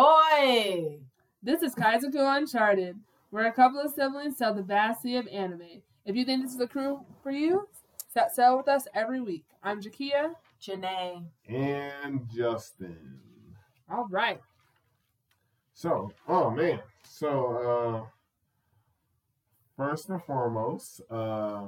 Oi! This is Kaizoku Uncharted. We're a couple of siblings sell the vast sea of anime. If you think this is a crew for you, set sail with us every week. I'm Jakia. Janae. and Justin. All right. So, oh man. So, uh, first and foremost, uh,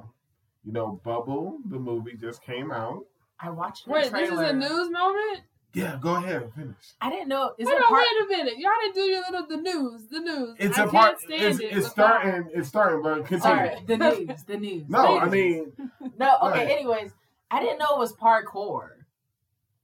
you know, Bubble, the movie just came out. I watched the Wait, trailer. this is a news moment? Yeah, go ahead, finish. I didn't know. Is Hold it on, part? wait a minute. Y'all didn't do your little the news, the news. It's I a can't part. stand It's, it. it's The part- starting. It's starting, but continue. Sorry, the news, the news. No, I Please. mean no. Okay, Right. anyways, I didn't know it was parkour.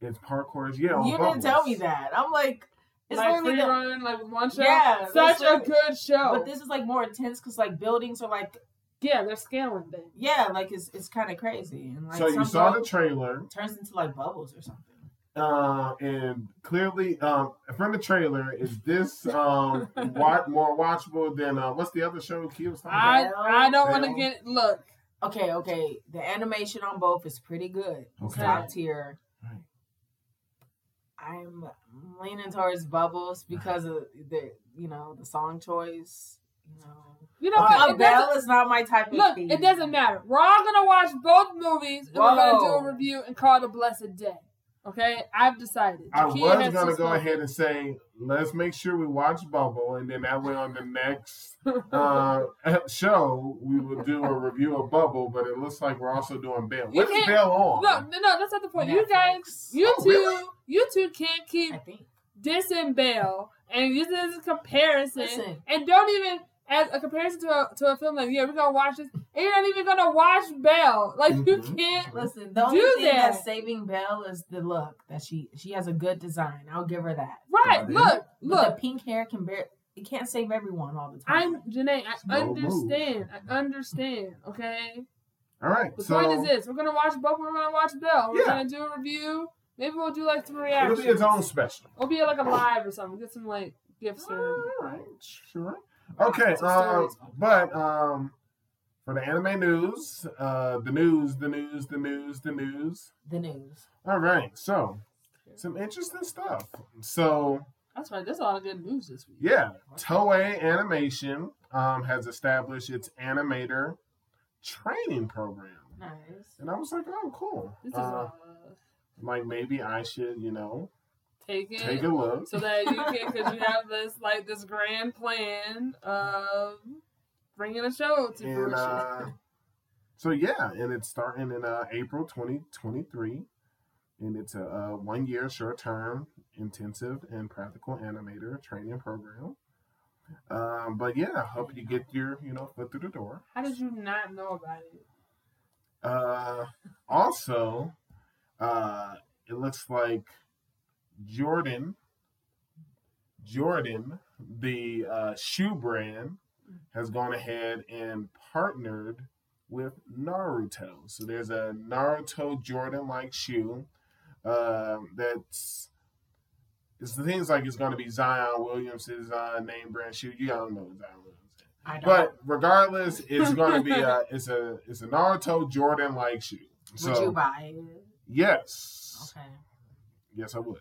it's parkour. Yeah, on you Bubbles. didn't tell me that. I'm like, it's like free literally the, run, like with one show. Yeah, such that's a literally- good show. but this is like more intense because like buildings are like, yeah, they're scaling things. yeah, like it's it's kind of crazy. And like so you some saw the bubble trailer, turns into like bubbles or something. uh, and clearly, um, from the trailer, is this um wa- more watchable than uh, what's the other show? Kia was talking about? I I don't want to Well. get look. Okay, okay. The animation on both is pretty good. It's Okay. Top tier. Right. I'm leaning towards Bubbles because of the you know the song choice. You know, You know what? a It doesn't- bell is not my type of Look, thing. it doesn't matter. We're all gonna watch both movies and we're gonna do Whoa. a review and call it a blessed day. Okay, I've decided. I Jakia was has gonna to go smoke. ahead and say, let's make sure we watch Bubble, and then that way on the next uh, show we will do a review of Bubble. But it looks like we're also doing Bell. You What is can't- Bell on? No, no, no, that's not the point. You guys, Netflix. you Oh, two, really? you two can't keep I think. dissing Bell and using this as a comparison, Listen. and don't even as a comparison to a to a film like yeah, we're gonna watch this, and you're not even gonna watch Bell. Like you Mhm. can't. Listen, the only Do thing that. that's saving Belle is the look that she she has a good design. I'll give her that. Right? Got it. Look, But look. the pink hair can bear. It can't save everyone all the time. I'm Janae. I Slow move. understand. I understand. Okay. All right. The so point is this: we're gonna watch Bubble. We're gonna watch Bell. We're Yeah. gonna do a review. Maybe we'll do like some it'll reactions. be its own special. We'll be like a live or something. Get some like gifts or. All right. Sure. Okay. Some Um, stories. but um, for the anime news, uh, the news, the news, the news, the news. the news. All right. So some interesting stuff. So. That's right. There's a lot of good news this week. Yeah, Toei Animation um, has established its animator training program, Nice. and I was like, "Oh, cool! This is uh, Uh, like maybe I should, you know, take it. take a look." so that you can, because you have this like this grand plan of bringing a show to fruition. And uh, so yeah, and it's starting in uh, April 2023, and it's a, uh one-year short-term intensive and practical animator training program. Um, but yeah, I hope you get your you know foot through the door. How did you not know about it? Uh, also, uh, it looks like Jordan, Jordan, the uh, shoe brand, has gone ahead and partnered with Naruto. So there's a Naruto Jordan like shoe um, that's. It's the things like it's going to be Zion Williams's uh, name brand shoe. You all know Zion Williams. I don't. But regardless, it's going to be a it's a it's a Naruto Jordan like shoe. would you So buy it? yes, Okay. yes I would.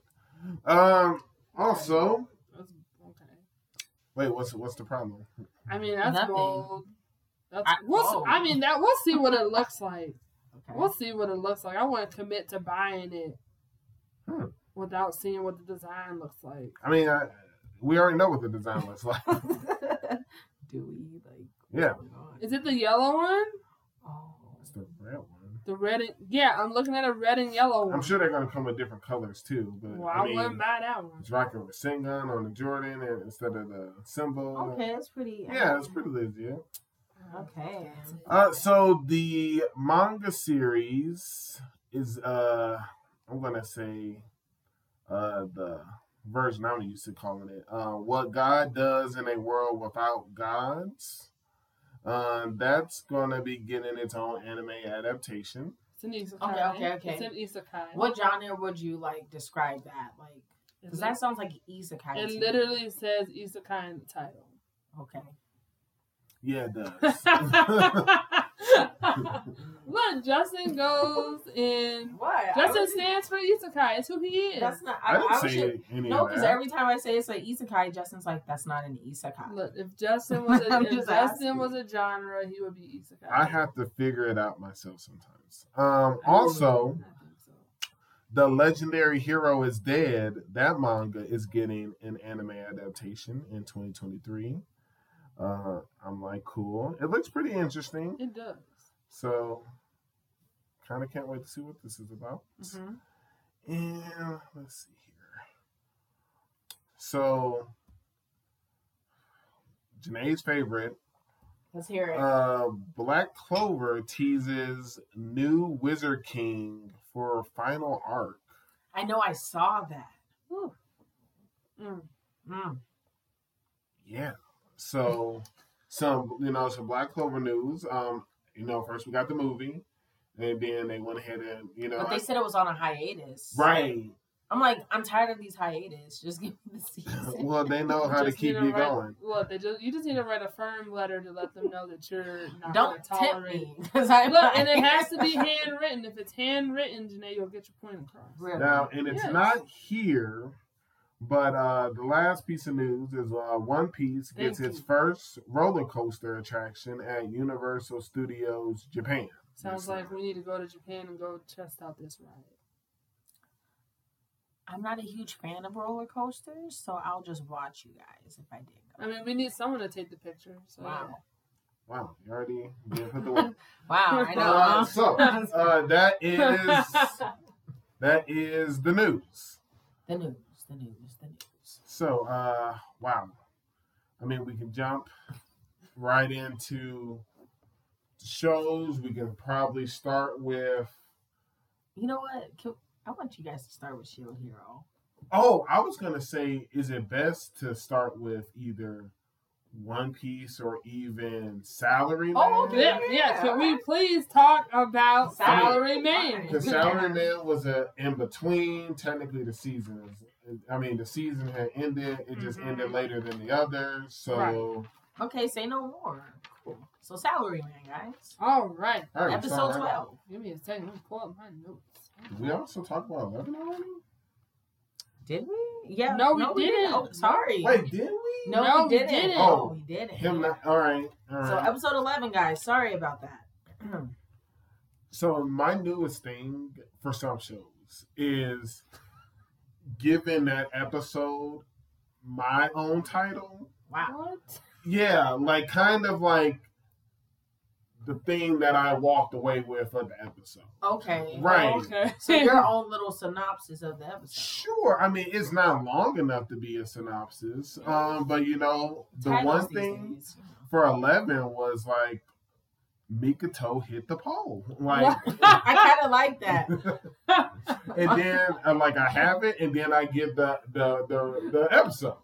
Um. Also, That's, okay. wait. What's what's the problem? I mean, that's Nothing. bold. That's, I- we'll, s- oh. I mean that we'll see what it looks like. Okay. We'll see what it looks like. I want to commit to buying it Hmm. without seeing what the design looks like. I mean, I, we already know what the design looks like. Do we like? Yeah. what's going on? Is it the yellow one? Oh. It's the red one. The red? And, yeah, I'm looking at a red and yellow one. I'm sure they're going to come with different colors too. But Well, I, I mean, wouldn't buy that one. it's rocking with Singun on the Jordan and instead of the symbol. Okay, that's pretty. uh, um, Yeah, it's pretty legit. Okay. Uh, so the manga series is uh, I'm gonna say, uh, the version I'm used to calling it. Uh, what God does in a world without gods. Um, that's gonna be getting its own anime adaptation. It's an isekai. Okay, okay, okay. It's an isekai. What genre would you like describe that? Like, It because lit- that sounds like isekai. It to me. literally says isekai in the title. Okay. Yeah, it does. Look, Justin goes in. What? I Justin was- stands for Isekai. It's who he is. That's not. I, I I, didn't was say just, any no, of because that. every time I say it's like isekai, Justin's like, "That's not an isekai." Look, if Justin was a, I'm if just Justin asking. was a genre, he would be Isekai. I have to figure it out myself sometimes. Um, also, I think so. the legendary hero is dead. That manga is getting an anime adaptation in 2023. Uh, I'm like, cool. It looks pretty interesting. it does. So, kind of can't wait to see what this is about. Mhm. And let's see here. So, Janae's favorite, Let's hear it. uh, Black Clover teases new Wizard King for final arc. I know I saw that. Whew. Mm. Mm. Yeah. So, some you know some Black Clover news. Um, you know, first we got the movie, and then they went ahead and you know, But they said it was on a hiatus. right. I'm like, I'm tired of these hiatus. Just give me the season. well, they know how to Just need keep you write- going. Look, they just you just need to write a firm letter to let them know that you're not Don't gonna tempt tolerate. me because I Look, and it has to be handwritten. If it's handwritten, Janae, you'll get your point across. Really. Now, and it's Yes. not here, but uh, the last piece of news is uh, One Piece gets Thank its you. first roller coaster attraction at Universal Studios Japan. Sounds Yes, like sir. we need to go to Japan and go test out this ride. I'm not a huge fan of roller coasters, so I'll just watch you guys if I did. Go. I mean, we need someone to take the picture. So. Wow. Wow, you already did put the work. Wow, I know. Uh, huh? so uh, that is that is the news. the news, the news, the news. So uh, wow, I mean we can jump right into shows. We can probably start with You know what? Can- I want you guys to start with Shield Hero. Oh, I was gonna say, is it best to start with either One Piece or even Salary Man? Oh, okay. Yeah, yeah. Can we please talk about Fine. Salary Man? Because Salary Man was a in between, technically the seasons. I mean, the season had ended; it just Mhm. ended later than the others. So, Right. Okay, say no more. Cool. So salary man, guys. All right. all right, Episode Salary Man. twelve. Give me a second. Let me pull up my notes. Did we also talk about Eleven already? Did we? Yeah. No, we didn't. Oh, sorry. Wait, did we? no, No, we we didn't. didn't. Oh, we didn't. Him not, all right, all right. So episode eleven, guys. Sorry about that. So my newest thing for some shows is giving that episode my own title. Wow. What? Yeah, like kind of like the thing that I walked away with of the episode. Okay. Right. Okay. So your own little synopsis of the episode. Sure, I mean it's not long enough to be a synopsis. Um, but you know, the Titles one these thing days, you know. for eleven was like Mikoto hit the pole. Like I kind of like that. and then uh, like I have it, and then I get the the the, the episode.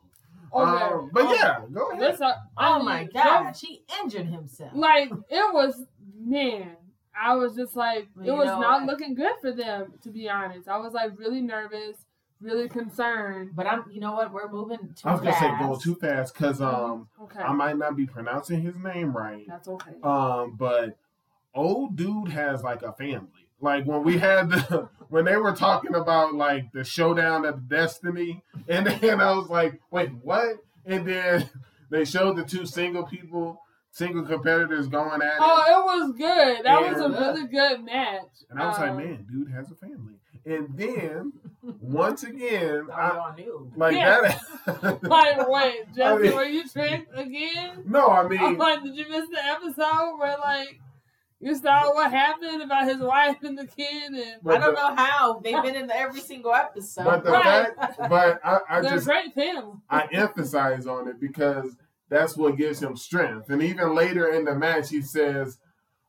Um, but yeah, go ahead. This, uh, I Oh my mean, god, she injured himself. Like it was, man. I was just like, Well, it you was know not what? looking good for them, to be honest. I was like really nervous, really concerned. But I'm, you know what? We're moving too I was gonna fast. say go too fast because um Okay, I might not be pronouncing his name right. that's okay. Um, but old dude has like a family. Like when we had the when they were talking about like the showdown of destiny, and then I was like, wait, what? And then they showed the two single people, single competitors going at it. Oh, it was good. That was a Yeah. really good match. And I was like, Um, man, dude has a family. And then once again, Oh, we I, all knew. like Yeah. that. Like, wait, Justin, I mean- were you tricked again? no, I I'm mean, like, did you miss the episode where like you saw what happened about his wife and the kid and but I don't the- know how they've been in every single episode. But the Right. fact, but I, I they're just great family. I emphasize on it because that's what gives him strength. And even later in the match, he says,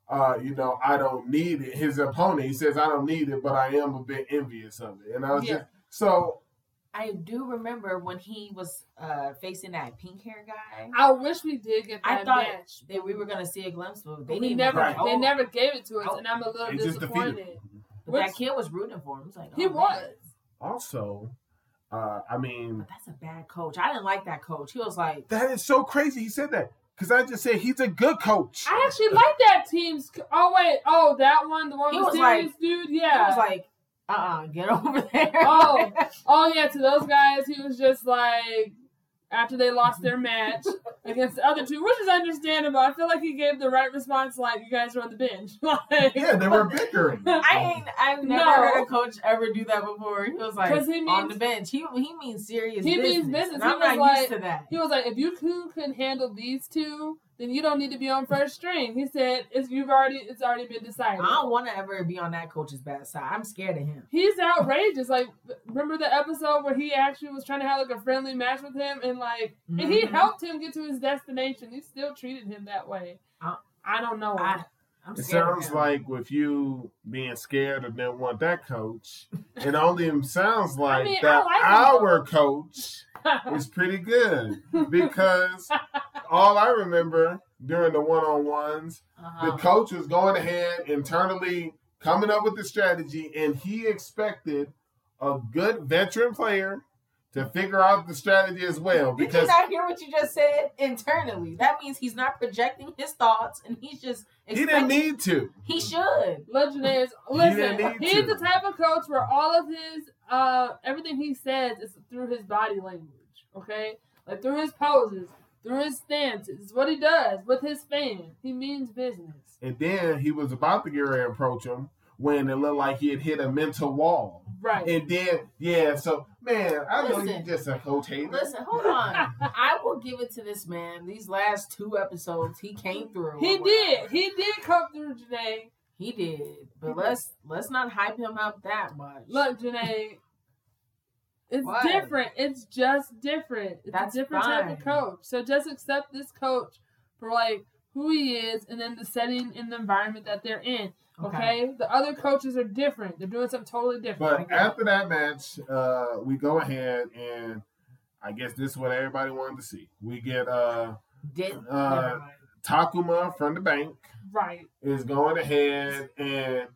uh, "You know, I don't need it." His opponent, he says, "I don't need it," but I am a bit envious of it. And I was Yeah. just so I do remember when he was uh, facing that pink hair guy. I wish we did get I that thought match. That we were gonna see a glimpse of. it. They we didn't never even- Right. they oh, never gave it to us, Oh. and I'm a little it just defeated. disappointed. him. but that Which- kid was rooting for him. He's like, He oh, man. was. Also, uh, I mean, But that's a bad coach. I didn't like that coach. He was like, that is so crazy. He said that Because I just said he's a good coach. I actually like that team's. c- Oh wait, oh that one, the one He with was serious dude. Yeah. I was like, uh uh get over there. oh, oh yeah. To those guys, he was just like after they lost their match against the other two, which is understandable. I feel like he gave the right response, like you guys are on the bench. like, Yeah, they were bickering. I ain't, I've never No. heard a coach ever do that before. He was like, 'Cause he on means- the bench. He he means serious He business. means business. and He I'm was not used to that. He was like, if you two couldn't handle these two, then you don't need to be on first string. He said, it's you've already it's already been I decided. don't want to ever be on that coach's bad side. I'm scared of him. He's outrageous. Like, remember the episode where he actually was trying to have like a friendly match with him, and like, and he Mhm. helped him get to his destination. He still treated him that way. I- I don't know. him. Uh, I, I'm It scared sounds of him. like with you being scared of them want that coach, it only sounds like mean, I that like him, our coach is pretty good because all I remember during the one on ones, the Uh-huh. coach was going ahead internally coming up with the strategy, and he expected a good veteran player to figure out the strategy as well Did because you not hear what you just said? Internally, that means he's not projecting his thoughts, and he's just. he didn't expecting- need to. He should. Legionnaires, didn't listen, need he's the to. type of coach where all of his, uh, everything he says is through his body language, okay? Like through his poses, through his stances, it's what he does with his fans. He means business. And then he was about to get ready to approach him when it looked like he had hit a mental wall. Right. And then, yeah, so man, I know you Listen. just a coach hater. Listen, hold on. I will give it to this man. These last two episodes, he came through. He did. He did come through, Janae. He did. He But did. let's let's not hype him up that much. Look, Janae, it's What? different. It's just different. It's That's a different type of fine. coach. So just accept this coach for like who he is and then the setting and the environment that they're in. Okay. The other coaches are different. They're doing something totally different. But after that match, uh, we go ahead and I guess this is what everybody wanted to see. We get uh, Did Uh, never mind. Takuma from the bank right. is going ahead and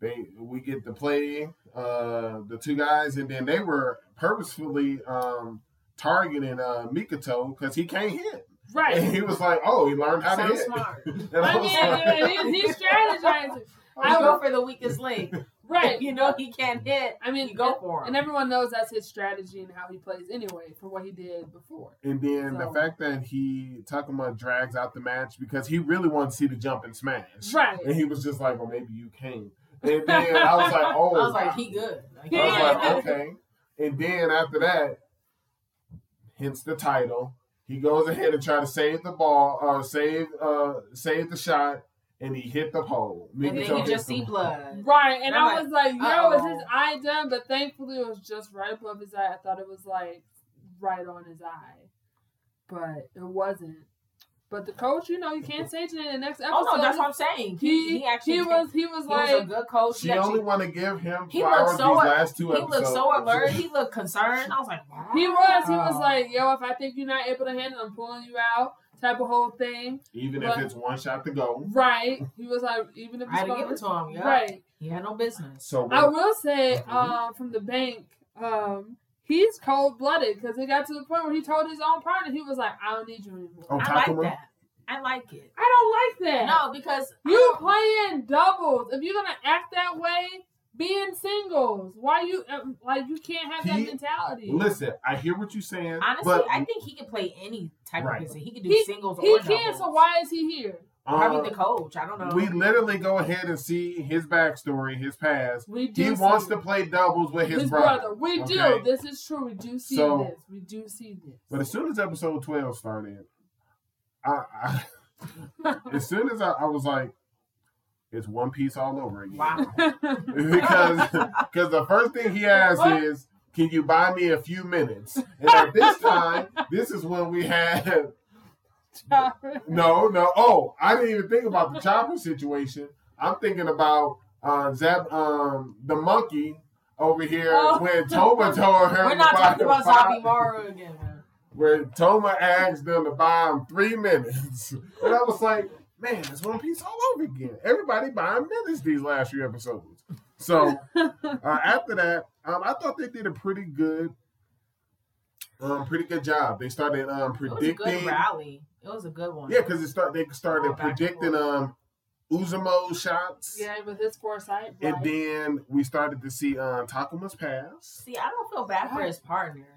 they we get to play uh, the two guys, and then they were purposefully um, targeting uh, Mikoto because he can't hit. And Right. he was like, "Oh, he learned how to Sounds hit." smart. You And I I was mean, like, I mean, he's, he's strategizing. I go would- for the weakest link. If Right. you know he can't hit. I mean, You go for and him. everyone knows that's his strategy and how he plays anyway for what he did before. And then the So- fact that he Takuma drags out the match because he really wanted to see the jump and smash, Right. and he was just like, "Well, maybe you can." And then I was like, "Oh, I was like, he good. Like, I was like, Yeah. okay. And then after that, hence the title, he goes ahead and try to save the ball or save uh save the shot, and he hit the pole. and then Mikoto you hits just the see pole. blood. Right, and I'm I was like, "Yo, is uh-oh. his eye done?" But thankfully, it was just right above his eye. I thought it was like right on his eye, but it wasn't. But the coach, you know, you can't say today. The next episode, Oh no, that's what I'm saying. He, he, he actually was he was he like, was a good coach. He, She only Oh, actually, want to give him He flowers looked so these a- last two he episodes. looked so alert. He looked concerned. I was like, Oh. wow. he was he Ah. was like, "Yo, if I think you're not able to handle, it, I'm pulling you out." Type of whole thing. Even But- if it's one shot to go. Right, he was like, even if I had to it's give it to him. Yeah. right. He had no business. So I will say, Mhm. um, from the bank, um, he's cold blooded because it got to the point where he told his own partner, he was like, "I don't need you anymore. Oh, I like Takuma? that. I like it. I don't like that. No, because you playing doubles. If you're gonna act that way, be in singles. Why you um, like you can't have He- that mentality? Listen, I hear what you're saying. honestly, but, um, I think he could play any type Right. of position. He could do He- singles he or can. doubles. So why is he here? uh, Probably the coach. I don't know. we literally go ahead and see his backstory, his past. We do. He wants see to play doubles with his, his brother. We okay? do. This is true. We do see So- this. We do see this. But as soon as episode 12 started, I, I as soon as I, I was like, it's One Piece all over again. Wow. because because the first thing he asks What? is, "Can you buy me a few minutes?" And at this time, this is when we had no, no. Oh, I didn't even think about the chopper situation. I'm thinking about uh, Zab, um, the monkey over here Oh. when Toma told her We're to not buy talking him about five- Zombie Maru again. man. where Toma asked them to buy him three minutes. And I was like, man, it's One Piece all over again. Everybody buying minutes these last few episodes. So uh, after that, um, I thought they did a pretty good um pretty good job. They started um It was a good predicting. rally. It was a good one. Yeah, because it start they started Going back and predicting um Uzumo shots. Yeah, with his foresight. And like, then we started to see um Takuma's pass. See, I don't feel bad for his partner.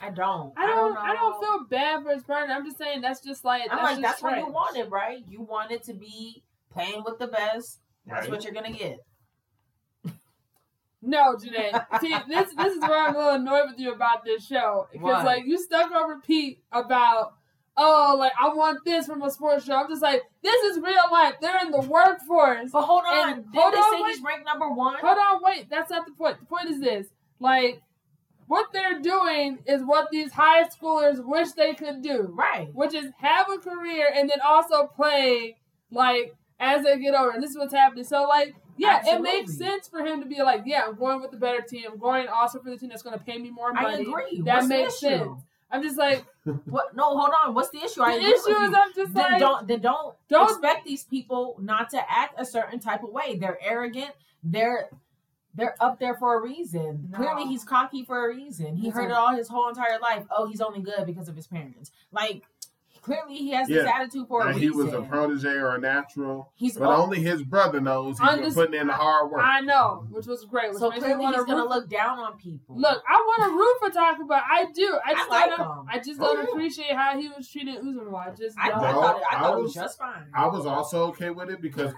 I don't. I don't. I don't, know. feel bad for his partner. I'm just saying that's just like. I'm like, that's just what you trash. wanted, right? You wanted to be playing with the best. That's Right. what you're gonna get. No, Janae. See, this this is where I'm a little annoyed with you about this show because Why? like you stuck on repeat about oh like I want this from a sports show. I'm just like this is real life. They're in the workforce. But hold on, And did hold they on, say wait. he's ranked number one? Hold on, wait. That's not the point. The point is this: like what they're doing is what these high schoolers wish they could do, Right. which is have a career and then also play like as they get older. And this is what's happening. So like. Yeah, Absolutely. it makes sense for him to be like, yeah, I'm going with the better team. I'm going also for the team that's going to pay me more money. I agree. That What's the makes issue? sense. I'm just like What? No, hold on. What's the issue? the I agree issue with is you. I'm just then like don't then don't, don't- expect these people not to act a certain type of way. They're arrogant. They're they're up there for a reason. No. Clearly, he's cocky for a reason. He He's heard it a- all his whole entire life. Oh, he's only good because of his parents. Like clearly, he has this Yeah. attitude for a And reason. he was a protege or a natural, He's but oh, only his brother knows he's been Unders- putting in the hard work. I know, which was great. Which so makes me clearly want he's to gonna root. look down on people. Look, I want to root for Taco, but I do. I I just like don't. him. I just Oh, don't yeah. appreciate how he was treating Uzumaki. I just I, don't. I No, thought it, I I thought it was was- just fine. I was also okay with it because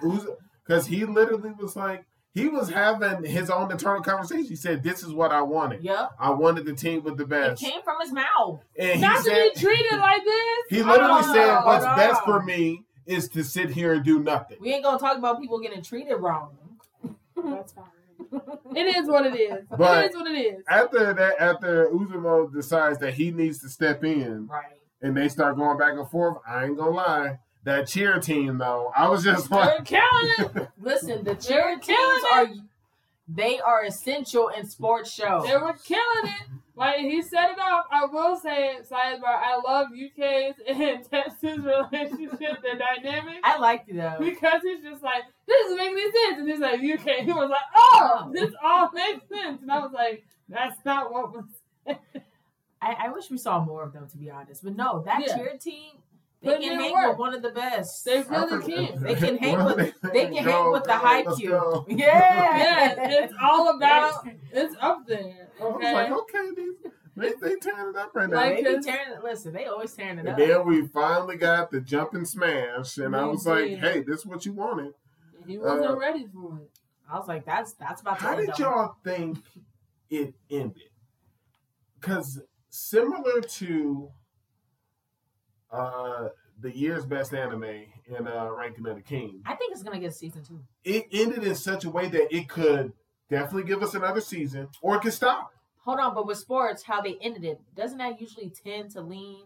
because he literally was like he was having his own internal conversation. He said, "This is what I wanted. Yep, I wanted the team with the it best." came from his mouth. And he Not to said, be treated like this. he literally Oh, said, "What's no. best for me is to sit here and do nothing." We ain't gonna talk about people getting treated wrong. That's fine. It is what it is. But- it is what it is. After that, after Uzumo decides that he needs to step in, Right. and they start going back and forth, I ain't gonna lie. That cheer team, though, I was just like, They're killing it. Listen, the They were cheer teams are killing they are essential in sports shows. They were killing it. Like he set it off. I will say, sidebar. I love UK's and Texas relationship. The dynamic. I liked it though. Because he's just like, this is making any sense. And he's like, you can't. He was like, oh, this all makes sense. And I was like, that's not what was. I, I wish we saw more of them to be honest. But no, that Yeah. cheer team they But it can didn't hang work. with one of the best. They I really forget- can't. They can hang with- they can hang Go, with the girl, high let's Q. go. Yeah. Yeah, it's all about, it's up there. I was like, oh. Okay. okay, these, they they tearing it up right now. Like, They be tearing it. Listen, they always tearing it and up. then we finally got the jump and smash, and I We was did. like, hey, this is what you wanted. He wasn't Uh, ready for it. I was like, that's that's about to How end did on. y'all think it ended? Because similar to uh, the year's best anime in uh, Ranking of the King, I think it's gonna get season two. it ended in such a way that it could definitely give us another season, or it could stop. Hold on, but with sports, how they ended it, doesn't that usually tend to lean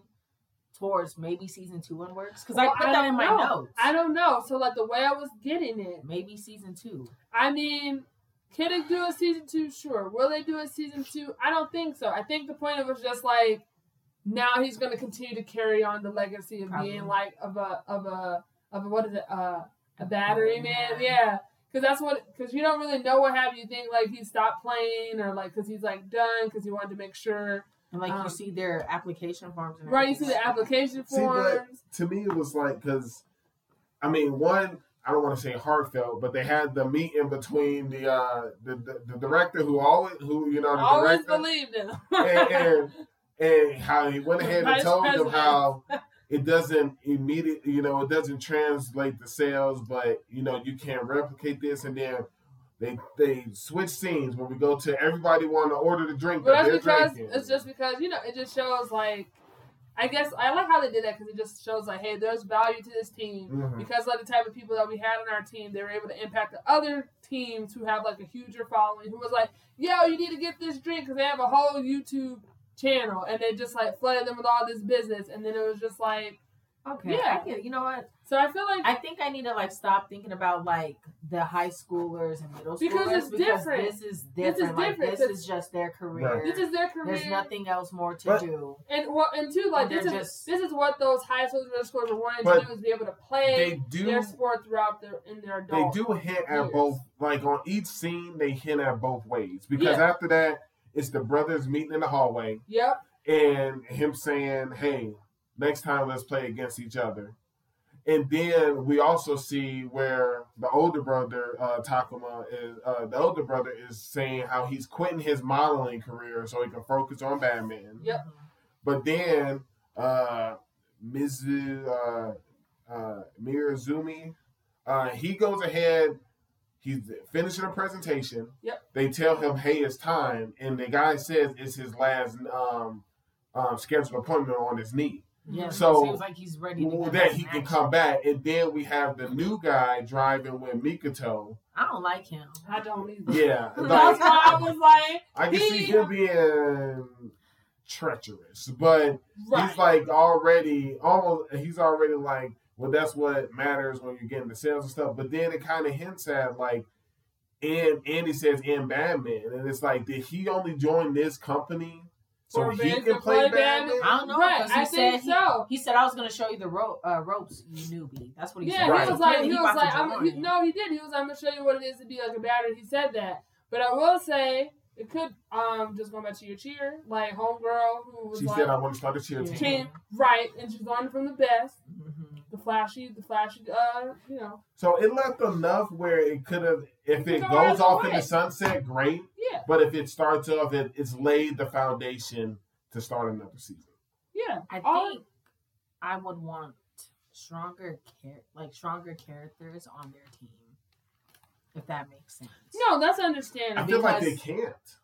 towards maybe season two onwards? Because Well, I put that in don't my know. notes. I don't know. So, like, the way I was getting it, maybe season two. I mean, can they do a season two? Sure. Will they do a season two? I don't think so. I think the point was just like now he's going to continue to carry on the legacy of Probably. being like of a of a of a, what is it uh, a battery man? Yeah, because that's what because you don't really know what happened. You think like he stopped playing or like because he's like done because he wanted to make sure And like Um, you see their application forms and right. You see everything. the application See, but- forms. to me it was like because i mean one i don't want to say heartfelt but they had the meeting between the uh the, the, the director who always who you know the Always director believed in him. and, and, and how he went ahead and Vice told them president. how it doesn't immediate you know it doesn't translate the sales but you know you can't replicate this and then they they switch scenes where we go to everybody wanting to order the drink But that that's they're because drinking. it's just because you know it just shows like I guess I like how they did that because it just shows like hey there's value to this team Mhm. because of the type of people that we had on our team they were able to impact the other teams who have like a huger following who was like yo you need to get this drink because they have a whole YouTube channel and they just like flooded them with all this business and then it was just like Okay. Yeah. I get, you know what? so I feel like I think I need to like stop thinking about like the high schoolers and middle schoolers Because it's different. This is different. Like, different. this is just their career. Right. this is their There's career nothing else more to But- do. and well and two And like this is they're just- this is what those high school middle schools are wanting to But do is be able to play they do their sport throughout their in their they adult do hit years. at both like on each scene they hit at both ways because after that it's the brothers meeting in the hallway Yep. and him saying, "Hey, next time let's play against each other." And then we also see where the older brother uh, Takuma is. Uh, the older brother is saying how he's quitting his modeling career so he can focus on Batman. Yep. But then uh, Mizu uh, uh, Mirazumi, uh, he goes ahead. He's finishing a presentation. Yep. They tell him, "Hey, it's time," and the guy says it's his last um, um, scheduled appointment on his knee Mm-hmm. Yeah, So- seems like he's ready to Well, get that back he in can action. come back. And then we have the new guy driving with Mikoto. I don't like him. I don't either. Yeah, That's like why I was like, I can see he- him being treacherous, but right. he's like already almost he's already like well that's what matters when you're getting the sales and stuff but then it kind of hints at like and andy says in batman and it's like did he only join this company so For he Vince can to play, play batman, Batman? I don't know. right. 'cause he I said think so. He said I was gonna show you the ro- uh, ropes, you newbie. That's what he Yeah, said. Right. he was like, he, Clearly was about to like, I'm, join. he, no, he did. He was, I'm gonna show you what it is to be like a batter. He said that, but I will say it could, um, just going back to your cheer, like homegirl who was she like, said i want to start a cheer team came right and she's learning from the best, Mhm. the flashy, the flashy, uh, you know, so it left enough where it could have if it Go goes either off in way. the sunset great yeah, but if it starts off it, it's laid the foundation to start another season yeah. I All- think I would want stronger char- like stronger characters on their team, if that makes sense. No, that's i understandable. feel like they Because- can't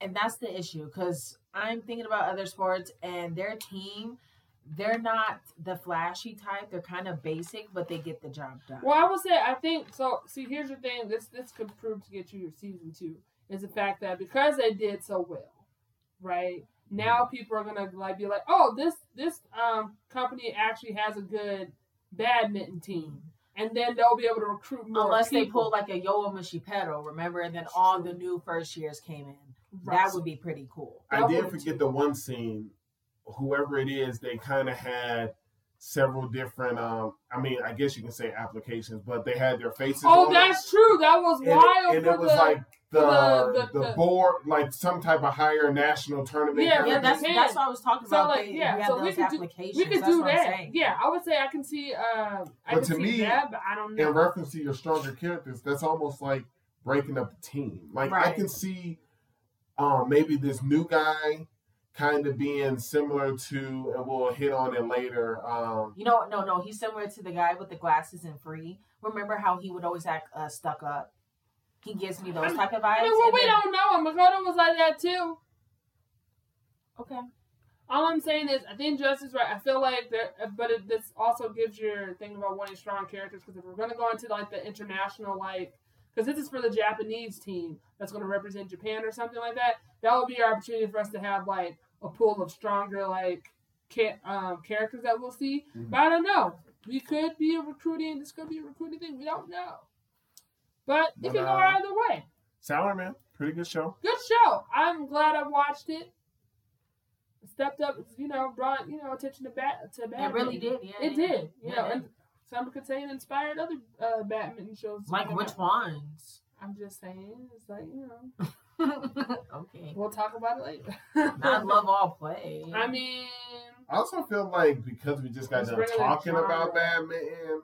and that's the issue because I'm thinking about other sports and their team, they're not the flashy type. They're kind of basic, but they get the job done. Well, I will say I think so. See, here's the thing. This this could prove to get you your season two is the fact that because they did so well, right Mm-hmm. now people are gonna like be like, oh, this this um company actually has a good badminton team, and then they'll be able to recruit more. Unless they people. pull like a Yoa Mushipedal, remember, and then all the new first years came in. That would be pretty cool. I That did one forget too. the one scene. Whoever it is, they kind of had several different. Um, I mean, I guess you can say applications, but they had their faces. Oh, on that's true. That was it, and, wild. and for it was the, like the the, the- the- the- board, like some type of higher national tournament. Yeah, kind Yeah, of that's thing. can. that's what I was talking So, about. like, they, yeah, we have so we those could do- applications. we could that's do what I'm that. saying. Yeah, I would say I can see. Uh, I But can to see me, that, but I don't know. in reference to your stronger characters, that's almost like breaking up the team. Like I Right. can see um maybe this new guy kind of being similar to and we'll hit on it later. Um You know, what? no, no, he's similar to the guy with the glasses and free. Remember how he would always act uh, stuck up? He gives me those I'm- type of vibes. I mean, well, and we then- don't know him. Makoto was like that too. uh, Okay. All I'm saying is, I think Justin's right. I feel like there, but it, this also gives your thing about wanting strong characters because if we're gonna go into like the international, like, because this is for the Japanese team that's gonna represent Japan or something like that, that would be our opportunity for us to have like a pool of stronger like ca- um, characters that we'll see. Mhm. But I don't know. We could be a recruiting. This could be a recruiting thing. We don't know. But it But, can go uh, either way. Sour Man, pretty good show. good show. I'm glad I watched it. Stepped up, you know, brought you know attention to bat to Batman. It really did. Yeah, It yeah. did, you Yeah, know, it and some could say it inspired other uh, Batman shows. to Like come which out. ones? I'm just saying, it's like you know, okay. we'll talk about it later. Not love all play. I mean, I also feel like because we just got It's done really talking genre. about Batman,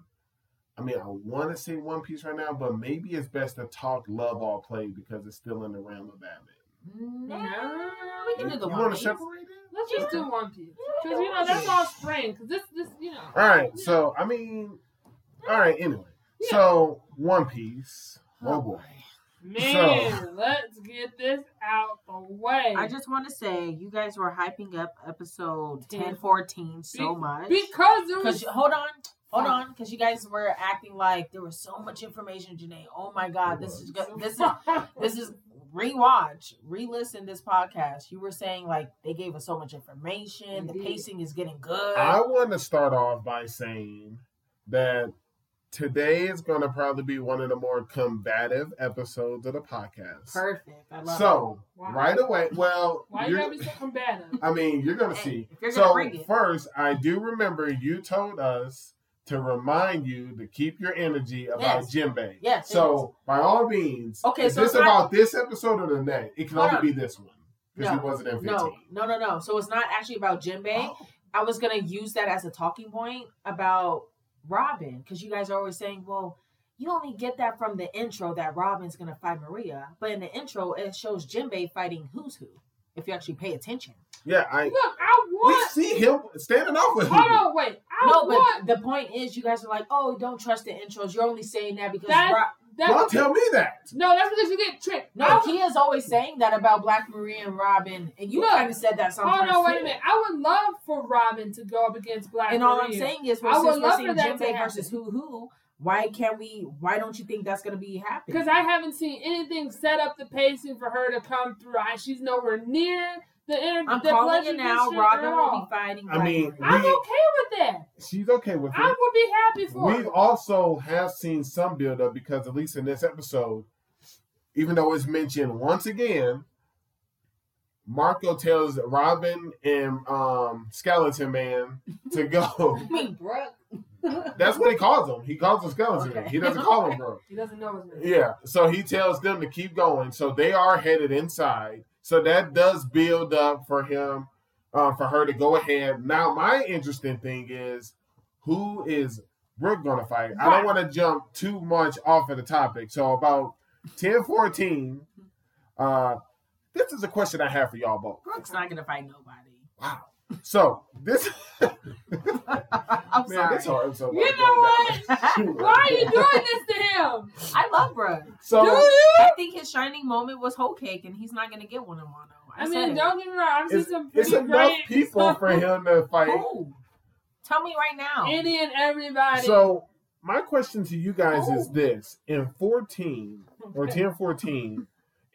I mean, I want to say One Piece right now, but maybe it's best to talk Love All Play because it's still in the realm of Batman. no, we can do You the want one. to separate it? let's just do One Piece because you Yeah. know that's all spring. Because this, this, you know. All right. So, I mean, all right. Anyway, Yeah. so One Piece. Oh boy. man, let's get this out the way. I just want to say you guys were hyping up episode Ten. 1014 so Be- much. because there Because was hold on, hold Fuck. on, because you guys were acting like there was so much information, Janae. Oh my God, this is good. This is this is rewatch, re-listen this podcast. You were saying like they gave us so much information. The Indeed. pacing is getting good. I want to start off by saying that today is going to probably be one of the more combative episodes of the podcast. Perfect. I love So, Wow. right away, well, why you you're- gotta be so combative. I mean, you're it. gonna Hey, see. if you're gonna so bring it, first, I do remember you told us to remind you to keep your energy about Yes. Jinbei. Yes, So by all means, Okay, is so this it's not- about this episode or the next? It can Hold only on. be this one. because No. he wasn't Oh. at 15. No, no, no, no. So it's not actually about Jinbei. I was gonna use that as a talking point about Robin because you guys are always saying, "Well, you only get that from the intro that Robin's gonna fight Maria," but in the intro it shows Jinbei fighting who's who. If you actually pay attention, Yeah, I. Look, I We want. see him standing off with him. Hold on, wait. I no, but want. the point is, you guys are like, "Oh, don't trust the intros." You're only saying that because That's- Ro- That, Don't tell me that. no, that's because you get tricked. I no, would- he is always saying that about Black Maria and Robin, and you Look, kind of said that Hold sometimes. on, wait too. a minute. I would love for Robin to go up against Black. And all I'm Maria. saying is, we're, I would since we're love seeing for that Jim to Bay versus Who Who, why can't we? Why don't you think that's gonna be happening? Because I haven't seen anything set up the pacing for her to come through. I, she's nowhere near the inner. I'm the calling Pleasure it now. District Robin at will be all. fighting. I Black mean, Maria. I'm okay we, with that. she's okay with I it. would be happy for We it. also have seen some build up because at least in this episode, even though it's mentioned once again, Marco tells Robin and um, Skeleton Man to go. I mean, Brooke. That's what he calls him. He calls him Skeleton Man. Okay. He doesn't call him bro. He doesn't know his name. Yeah. So he tells them to keep going. So they are headed inside. So that does build up for him, uh, for her to go ahead. Now, my interesting thing is who is Brooke going to fight? I don't Right. want to jump too much off of the topic. So about 10 14, uh, this is a question I have for y'all both. Brooke's not gonna fight nobody. Wow. So this, I'm man, sorry. this whole episode. You know what? Why are you doing this to him? I love Brooke. So, Do you? I think his shining moment was whole cake, and he's not gonna get one in Wano. I, I said mean, it. don't get me wrong. I've seen some it's pretty enough great people for him to fight. Who? Tell me right now. Any and everybody. So my question to you guys is Oh. this: in fourteen or ten fourteen,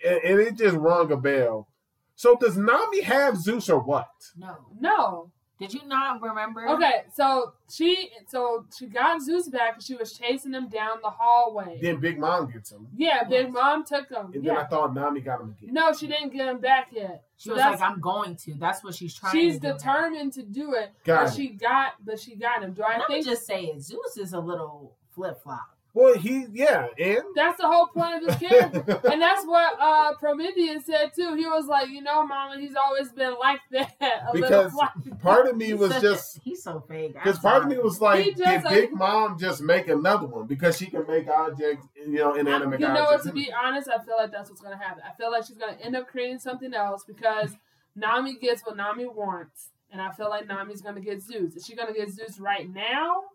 and, and it just rung a bell. So does Nami have Zeus or what? no. no. Did you not remember? Okay, so she so she got Zeus back and she was chasing him down the hallway. Then Big Mom gets him, yeah, Big Mom took him. and then I Yeah. thought Nami got him again. No, she didn't get him back yet. She was That's- like, "I'm going to." That's what she's trying. She's to do now. determined to do it. Got but it. she got but she got him. Do I And I'm think just saying, Zeus is a little flip flop. Well, he yeah, and that's the whole point of his character? and that's what uh Prometheus said too. He was like, you know, Mama, he's always been like that. A little Because floppy. part of me He's was such- just he's so fake. I'm because part of sorry. me was like, He did just, like- Big Mom just make another one because she can make objects, you know, inanimate You know what? objects. To be honest, I feel like that's what's gonna happen. I feel like she's gonna end up creating something else because Nami gets what Nami wants, and I feel like Nami's gonna get Zeus. Is she gonna get Zeus right now?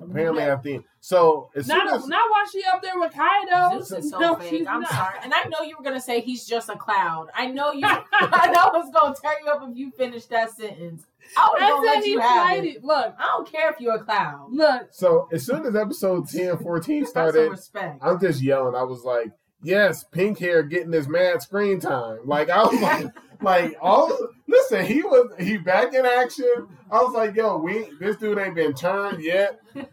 Apparently, I think so. As soon Not as, not while she up there with Kaido. Zeus is so no, fake. she's I'm not. sorry. And I know you were gonna say he's just a cloud. I know you. I know it's gonna tear you up if you finish that sentence. I was I gonna said let he you have played it. it. Look, I don't care if you're a cloud. look. so as soon as episode 10, 14 Have some started, respect. I'm just yelling. I was like, "Yes, pink hair getting his mad screen time." Like I was like, like all listen, he was he back in action. I was like, "Yo, we this dude ain't been turned yet." And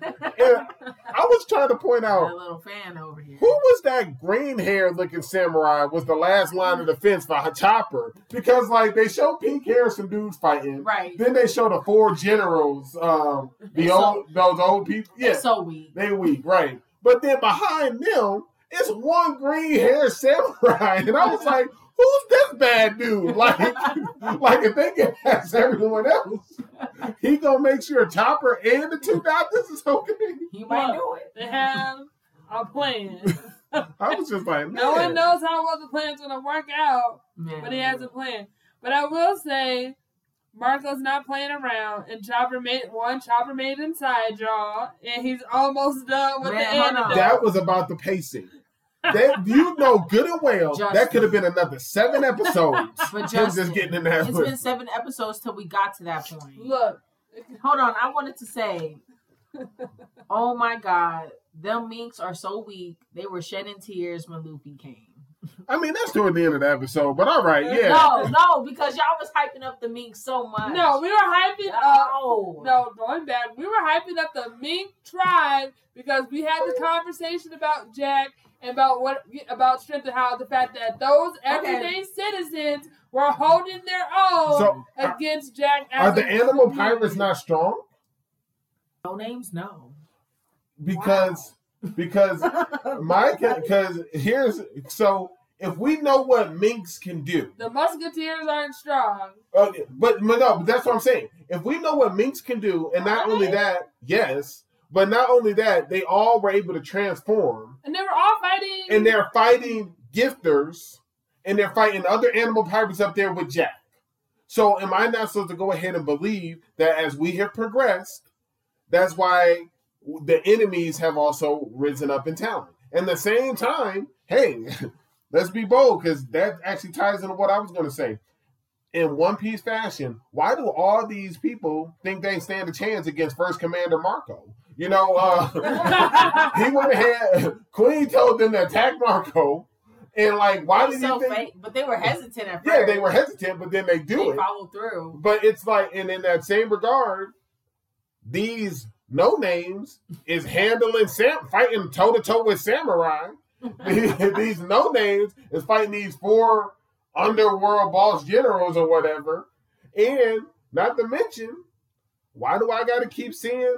I was trying to point a out little fan over here. who was that green hair looking samurai was the last line of defense for Chopper because like they show pink hair some dudes fighting. Right. Then they show the four generals, um, the So- old those old people. They're Yeah, So weak. they weak, right? But then behind them, it's one green hair samurai, and I was like, "Who's this bad dude?" Like, like if they can ask everyone else, he gonna make sure Chopper and the two doctors is okay. You might Look, do They it. have a plan. I was just like, no one "Man, knows how well the plan's gonna work out. Man. But he has a plan. But I will say, Marco's not playing around, and Chopper made one. Chopper made inside y'all, and he's almost done with Man, the hold on. antidote. that was about the pacing." That you know good and well Just- that could have been another seven episodes. But Him Justin, just getting in there. it's been seven episodes till we got to that point. Look, Hold on, I wanted to say, oh my god, them minks are so weak. They were shedding tears when Luffy came. I mean, that's toward the end of the episode, but all right, yeah. No, no, because y'all was hyping up the minks so much. no, we were hyping up. uh, no, No, going back, we were hyping up the Mink tribe because we had the conversation about Jack and about what about strength and how the fact that those everyday citizens were holding their own So are, against Jack. are as the a animal community. pirates not strong? no names, no. because because my because here's so If we know what minks can do, The musketeers aren't strong. uh, but, but no, but that's what I'm saying. If we know what minks can do, and not only Right. that, yes, but not only that, they all were able to transform, And they were all fighting. and they're fighting gifters, and they're fighting other animal pirates up there with Jack. So, am I not supposed to go ahead and believe that as we have progressed, that's why the enemies have also risen up in talent? And the same time, hey, let's be bold because that actually ties into what I was going to say. In One Piece fashion, why do all these people think they stand a chance against First Commander Marco? You know, uh, he went ahead. Queen told them to attack Marco, and like, why They're did so you think? fake, but they were hesitant at first. Yeah, they were hesitant, but then they do They it. followed through. But it's like, and in that same regard, these no names is handling Sam, fighting toe to toe with samurai. these no names is fighting these four underworld boss generals or whatever. And not to mention, why do I got to keep seeing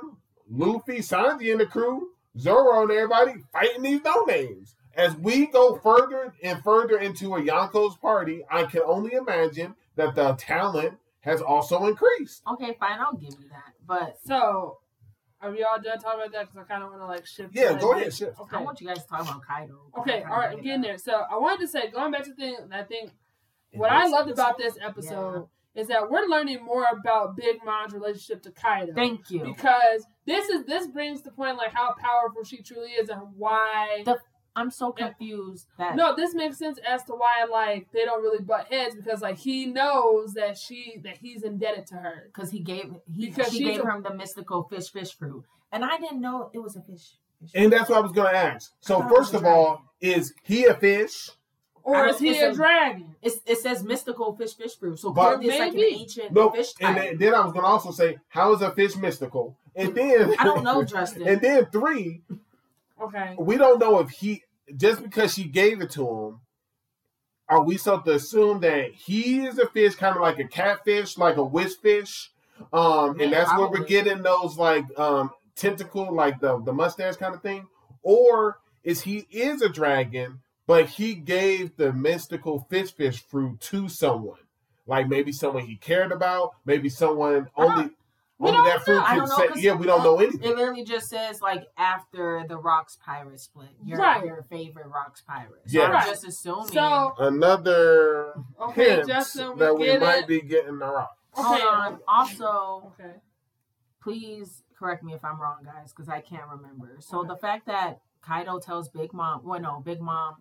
Luffy, Sanji, and the crew, Zoro, and everybody fighting these no names? As we go further and further into a Yonko's party, I can only imagine that the talent has also increased. Okay, fine, I'll give you that. But so, are we all done talking about that? Because I kind of want to like shift. Yeah, to, go like, ahead, shift. I Okay. want you guys to talk about Kaido. Okay. All right. I'm getting there. So I wanted to say, going back to the thing, that I think what I loved about this episode is that we're learning more about Big Mom's relationship to Kaido. Thank you. because this is this brings the point like how powerful she truly is and why. The- I'm so confused that No, this makes sense as to why like they don't really butt heads because like he knows that she that he's indebted to her. because he gave he Because she she's gave a- him the mystical fish fish fruit, and I didn't know it was a fish. And that's what I was going to ask. So, Oh, first of all, is he a fish? I Or don't- is he it's a a- dragon? It's, it says mystical fish fish fruit, so But- clearly it's like an Maybe. ancient No, fish type. and then, then I was going to also say, how is a fish mystical? And then I don't know, Justin. And then three, Okay. we don't know if he just because she gave it to him. Are we supposed to assume that he is a fish, kind of like a catfish, like a wish fish? Um, and that's where we're Probably. getting those like um tentacle, like the the mustache kind of thing, or is he is a dragon, but he gave the mystical fish fish fruit to someone, like maybe someone he cared about, maybe someone I don't- only we only don't that fruit know. I can don't know, say. 'cause- Yeah, we don't know anything. It literally just says like after the Rocks Pirate split, your Right. your favorite Rocks Pirate. So Yeah. Right. I'm just assuming. So Another okay, hints Justin, we that we get might it. be getting the rock. hold on. Also, Okay. please correct me if I'm wrong, guys, because I can't remember. So the fact that Kaido tells Big Mom, well, no, Big Mom,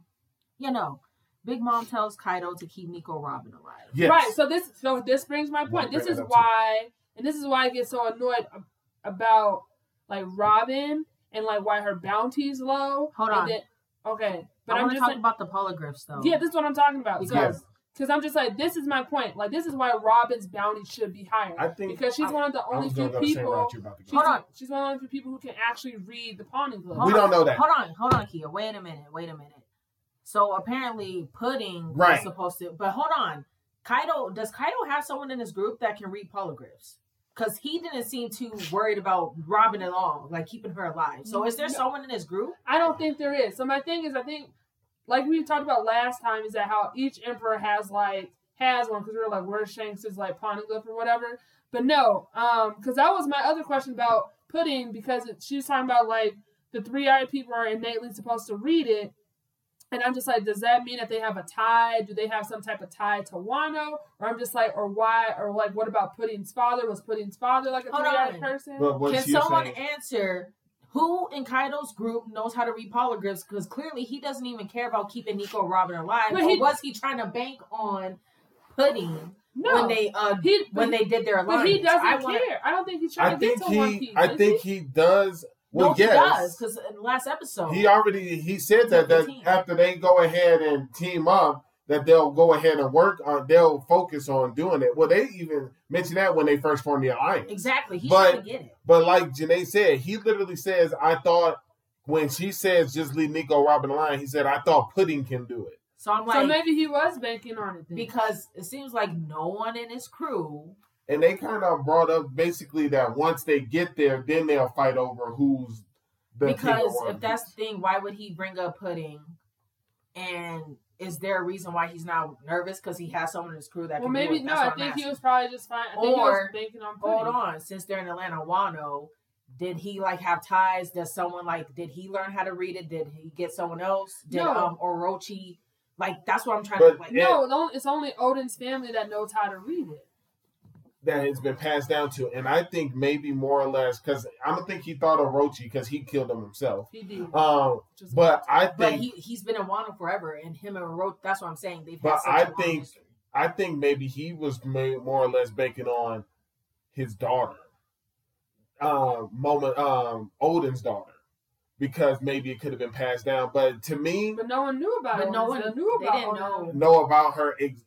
you know, Big Mom tells Kaido to keep Nico Robin alive. Yes. Right. So this so this brings my Right, point. This right, is that's it. why and this is why I get so annoyed ab- about like Robin and like why her bounty's low. Hold and on. then- okay. But I I'm want to just talk like- about the polygriffs though. Yeah, this is what I'm talking about. So because Because I'm just like, this is my point. Like, this is why Robin's bounty should be higher. I think- because she's I- one of the I only was few gonna go the same people. route you were about to She's, go. Hold on. she's one of the few people who can actually read the Pawning Book. Hold We don't know that. hold on, hold on, Kia. Wait a minute, wait a minute. So apparently, pudding Right. is supposed to, but hold on. Kaido does Kaido have someone in his group that can read polygraphs? Because he didn't seem too worried about Robin at all, like keeping her alive. So is there No. someone in his group? I don't think there is. So my thing is, I think, like we talked about last time, is that how each emperor has like has one because we were like, where's Shanks is like pawning glyph or whatever. But no, um, because that was my other question about pudding because it, she was talking about like the three eyed people are innately supposed to read it. And I'm just like, does that mean that they have a tie? Do they have some type of tie to Wano? Or I'm just like, or why? Or like, what about Pudding's father? Was Pudding's father like a Hold three eyed on. person? But what can she was someone saying- answer who in Kaido's group knows how to read polygraphs? Because clearly he doesn't even care about keeping Nico Robin alive. But or he- was he trying to bank on pudding no, when they uh he, when they did their alliance? But he doesn't I care. wanna- I don't think he's trying I to get think to One he. Piece. I is think he does. Well, no, yes, he does because last episode He already he said that With that the team. after they go ahead and team up, that they'll go ahead and work on. They'll focus on doing it. Well, they even mentioned that when they first formed the alliance. exactly he's But- trying to get it. But like Janae said, he literally says, "I thought." When she says just leave Nico Robin line, he said, "I thought Pudding can do it." So I'm so like maybe he was banking on it. Then. because it seems like no one in his crew. and they kind of brought up basically that once they get there, then they'll fight over who's the king of because One if that's the Piece. thing, why would he bring up pudding? And is there a reason why he's not nervous because he has someone in his crew that Well, can maybe do it? no. That's I what I'm think he asking. was probably just fine. I think he was Or- banking on pudding. Hold on, since they're in Atlanta, Wano, did he like have ties? Does someone like did he learn how to read it? Did he get someone else? Did No. um Orochi like that's what I'm trying But to like it- No, it's only- it's only Odin's family that knows how to read it. that has been passed down to, and I think maybe more or less because I don't think he thought of Rochi because he killed him himself. He did. Um, Just- but I but think he he's been in Wano forever and him and Orochi that's what I'm saying. They've had But such I a long think- history. I think maybe he was ma- more or less banking on his daughter, um, moment, um, Odin's daughter, because maybe it could have been passed down. But to me, but no one knew about But it. no one- knew they about didn't Odin. know. know about her. Ex-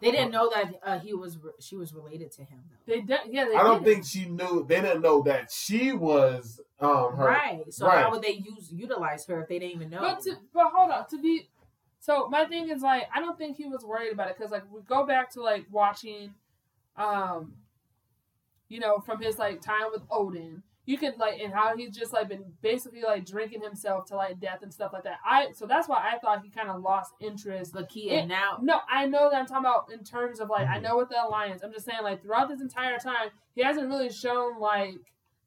they didn't know that uh, he was re- she was related to him though. They de- yeah. They I don't didn't. think she knew. They didn't know that she was um her. Right. So Right. how would they use utilize her if they didn't even know? But to, but hold up to be. So my thing is like I don't think he was worried about it because like we go back to like watching, um, you know from his like time with Odin, you could like and how he's just like been basically like drinking himself to like death and stuff like that. I so that's why I thought he kind of lost interest but Kia it- now No, I know that I'm talking about in terms of like I know with the alliance. I'm just saying like throughout this entire time he hasn't really shown like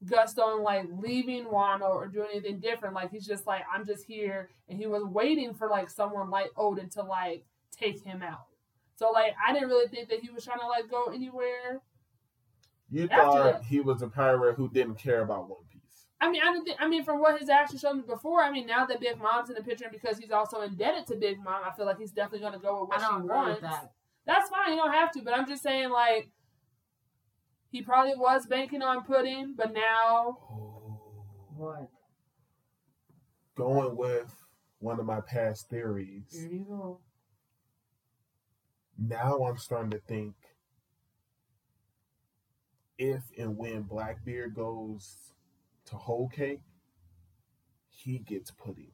gusto on like leaving Wano or doing anything different. Like he's just like I'm just here, and he was waiting for like someone like Odin to like take him out. So like I didn't really think that he was trying to like go anywhere. You After thought that. he was a pirate who didn't care about One Piece. I mean, I didn't think. I mean, from what his actions showed me before, I mean, now that Big Mom's in the picture, and because he's also indebted to Big Mom, I feel like he's definitely going to go with I what don't she agree wants. with that. That's fine. You don't have to. But I'm just saying, like, he probably was banking on pudding, but now What? Going with one of my past theories. you go. now I'm starting to think if and when Blackbeard goes to Whole Cake, he gets pudding.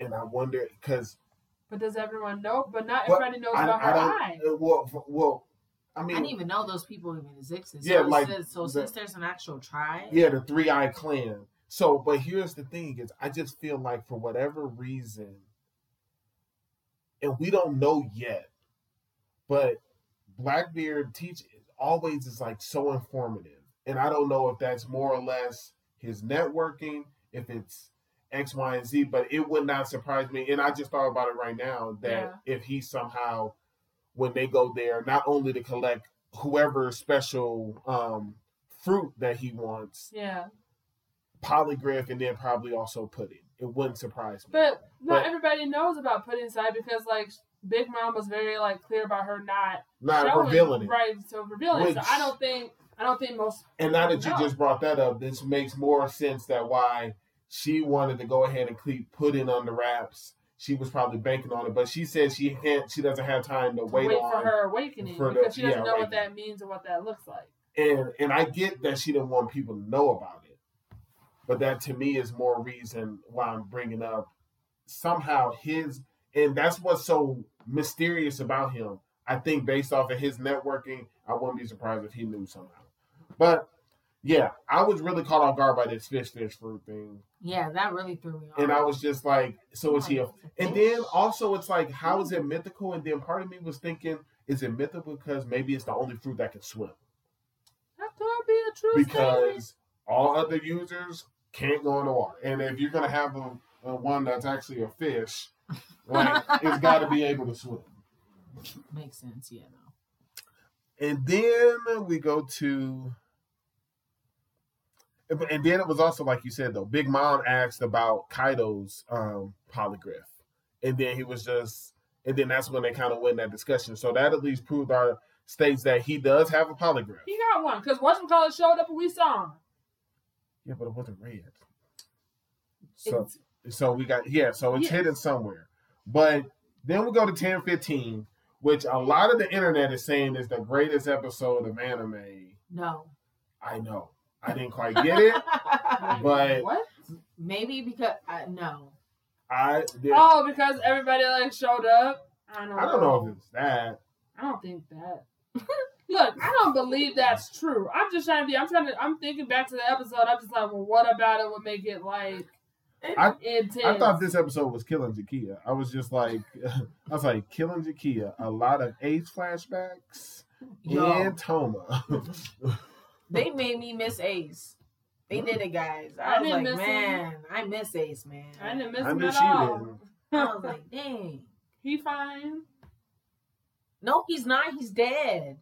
And I wonder because But does everyone know? But not What? everybody knows I, about I her don't eye. uh, well well I I mean didn't even know those people even existed. So Yeah, it like, says- so the- since there's an actual tribe, yeah the three eye clan. So but here's the thing is I just feel like for whatever reason and we don't know yet, but Blackbeard teach always is like so informative. And I don't know if that's more or less his networking, if it's X, Y, and Z, but it would not surprise me. And I just thought about it right now that if he somehow when they go there, not only to collect whoever special um fruit that he wants, Yeah. polygriff and then probably also pudding. It wouldn't surprise me. But not But- everybody knows about pudding side because, like, Big Mom was very, like, clear about her not, Not showing, revealing it. Right. So revealing. so Which- I don't think. I don't think most. And now that you No. just brought that up, this makes more sense that why she wanted to go ahead and keep putting on the wraps. She was probably banking on it, but she said she can't. She doesn't have time to wait, wait for on. her awakening for the- because she doesn't yeah, know what awakening. that means or what that looks like. And and I get that she didn't want people to know about it, but that to me is more reason why I'm bringing up somehow his. And that's what's so mysterious about him. I think based off of his networking, I wouldn't be surprised if he knew somehow. But yeah, I was really caught off guard by this fish, fish fruit thing. yeah, that really threw me off. And I was just like, so is he a. And then also, it's like, how is it mythical? And then part of me was thinking, is it mythical because maybe it's the only fruit that can swim? That could be a true statement. Because all other users can't go in the water. And if you're going to have a, a one that's actually a fish, like, it's got to be able to swim. makes sense. Yeah, no. And then we go to. And then it was also like you said though, Big Mom asked about Kaido's um, polygraph, and then he was just, and then that's when they kind of went in that discussion. So that at least proved our states that he does have a polygraph. He got one because Whatchamacallit showed up and we saw him. Yeah, but it wasn't red. So so we got yeah, so it's Yeah. hidden somewhere. But then we go to ten fifteen, which a lot of the internet is saying is the greatest episode of anime. No. I know. I didn't quite get it. But- what? Maybe because I no. I did, Oh, because everybody like showed up. I don't. I don't know if it's that. I don't think that. Look, I don't believe that's true. I'm just trying to be. I'm trying to. I'm thinking back to the episode. I'm just like, well, what about it would make it like I- Intense. I thought this episode was killing Zakia. I was just like, I was like, killing Zakia. A lot of age flashbacks Yo, and Toma. they made me miss Ace. They did it, guys. I I, was didn't like, miss man, I miss Ace, man. I didn't miss I him knew at she all. I was like, dang. he fine. No, he's not. He's dead.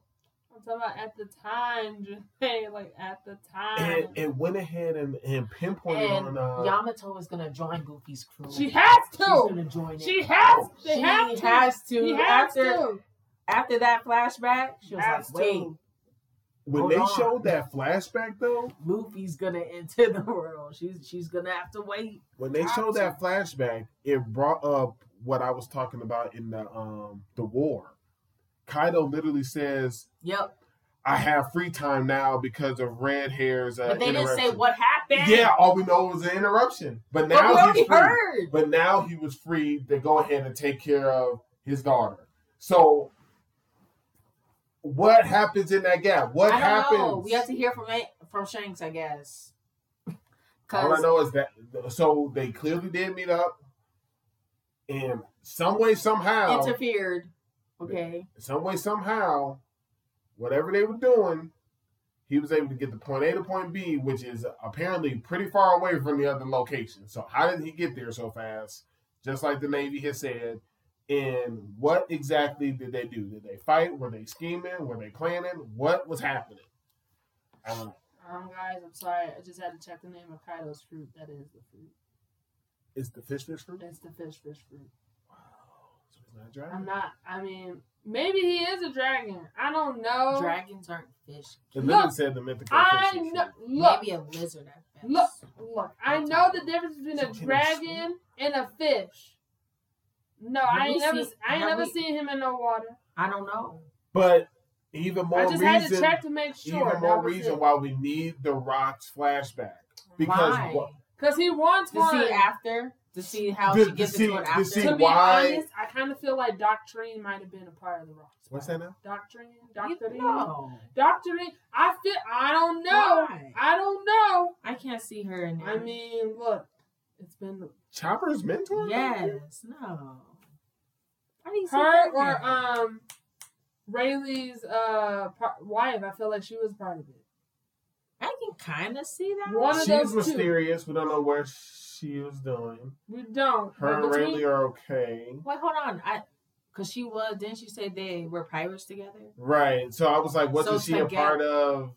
I'm talking about at the time, Janae, like at the and time. it went ahead and, and pinpointed And on. Uh, Yamato is gonna join Goofy's crew. she has She's to. gonna join it. She has. They She have to. has to. He has after to. after that flashback, she was Has like, "Wait, to. when Hold they on. showed that flashback though, Luffy's gonna enter the world. She's she's gonna have to wait." when they showed that flashback, it brought up what I was talking about in the um the war. Kaido literally says, Yep. "I have free time now because of red hairs." Uh, But they didn't say interruption." what happened. Yeah, all we know was an interruption. But But now we he's already free. heard. But now he was free to go ahead and take care of his daughter. So, what happens in that gap? What I don't happens? know. We have to hear from it, from Shanks, I guess. All I Cause know is that so they clearly did meet up, and some way, somehow, interfered. Okay. some way, somehow, whatever they were doing, he was able to get to point A to point B, which is apparently pretty far away from the other location. So how did he get there so fast? Just like the Navy had said. And what exactly did they do? Did they fight? Were they scheming? Were they planning? What was happening? Um, Um, guys, I'm sorry. I just had to check the name of Kaido's fruit. That is the fruit. is the fish fish fruit? It's the fish fish fruit. Wow. So it's not dragon. I'm not. I mean, maybe he is a dragon. I don't know. Dragons aren't fish. It Look, literally said the mythical I fish fish know. fruit. Look, Maybe a lizard at best. look, look. I know the difference between So a can he dragon and a fish. No, I Have ain't we never. seen- I ain't have never we- seen him in no water. I don't know. But even more I just reason, had to check to make sure. even more reason why we need the Rocks flashback because Why? what- Because he wants to one. see after to see how To- she to gets see- into it to after. see- to be why- honest, I kind of feel like Doctrine might have been a part of the Rocks. what's that now? Doctrine, You Doctrine, know. Doctrine. I feel. I don't know. Why? I don't know. I can't see her in there. I mean, look, it's been Chopper's mentor? yes, no. I didn't see her in there. or um Rayleigh's uh par- wife. I feel like she was part of it. I can kind of see that. One of She's those two. mysterious. We don't know what she was doing. We don't. Her and but between- Rayleigh are okay. Wait, hold on. I because she was. Didn't she say they were pirates together? Right. So I was like, So wasn't she a together- part of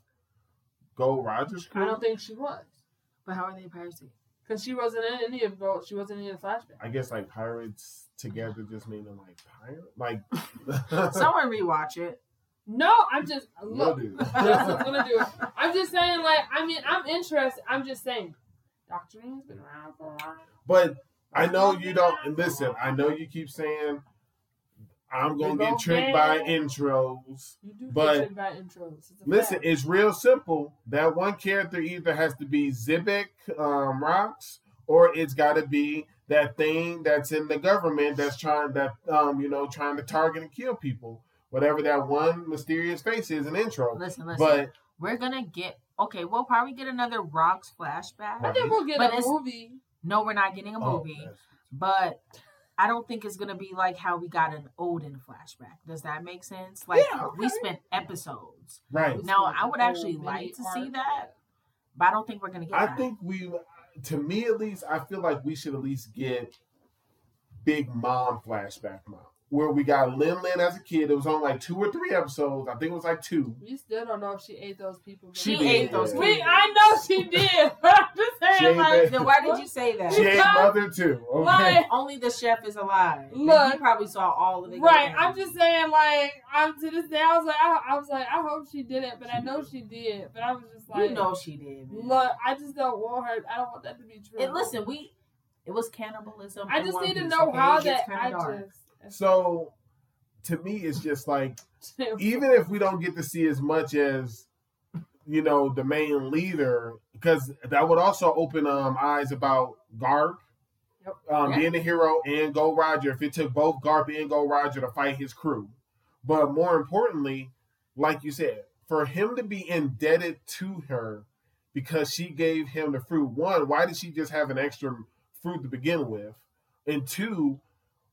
Gold Rogers I crew? don't think she was But how are they pirates? together? because she wasn't in any of those. She wasn't in the flashback. I guess like pirates together just meaning like pirate like Someone rewatch it. No, I'm just Will look. do. That's what's gonna do it. I'm just saying, like, I mean, I'm interested. I'm just saying, Doctrine's been around for a while. But I know you don't. And listen, I know you keep saying I'm gonna They get both tricked bad. by intros. You do But- get tricked by intros. It's a Listen, fact. it's real simple. That one character either has to be Zibek um, Rocks, or it's got to be that thing that's in the government that's trying that um, you know trying to target and kill people. Whatever that one mysterious face is, an intro. Listen, listen. But we're gonna get okay. We'll probably get another Rocks flashback. I think we'll get But a it's- movie. No, we're not getting a oh, movie, that's- but I don't think it's gonna be like how we got an Odin flashback. Does that make sense? Like Yeah, okay. we spent episodes, right. Now, I would Or actually mini like to arc. see that. but I don't think we're gonna get. I that. think we, to me at least, I feel like we should at least get Big Mom flashback mom, where we got Lin Lin as a kid. It was on like two or three episodes. I think it was like two. We still don't know if she ate those people. she did. ate those. Yeah. We, kids. I know she did. But I'm just saying, She ain't like, Then why did you say that? She ain't mother too. Okay. like, Only the chef is alive. Then Look. he probably saw all of it. go right? down. I'm just saying, like, I'm to this day. I was like, I, I was like, I hope she did it, but I know she did. But I was just like, you know she did. man. look, I just don't want her. I don't want that to be true. And listen, we it was cannibalism. I in just One need to Piece, know okay? how It gets that. kinda I dark. just. So, to me, it's just like even if we don't get to see as much as you know the main leader, because that would also open um eyes about Garp. Yep. Um, Yeah. being a hero and Gold Roger, if it took both Garp and Gold Roger to fight his crew. But more importantly, like you said, for him to be indebted to her because she gave him the fruit, one, why did she just have an extra fruit to begin with? And two,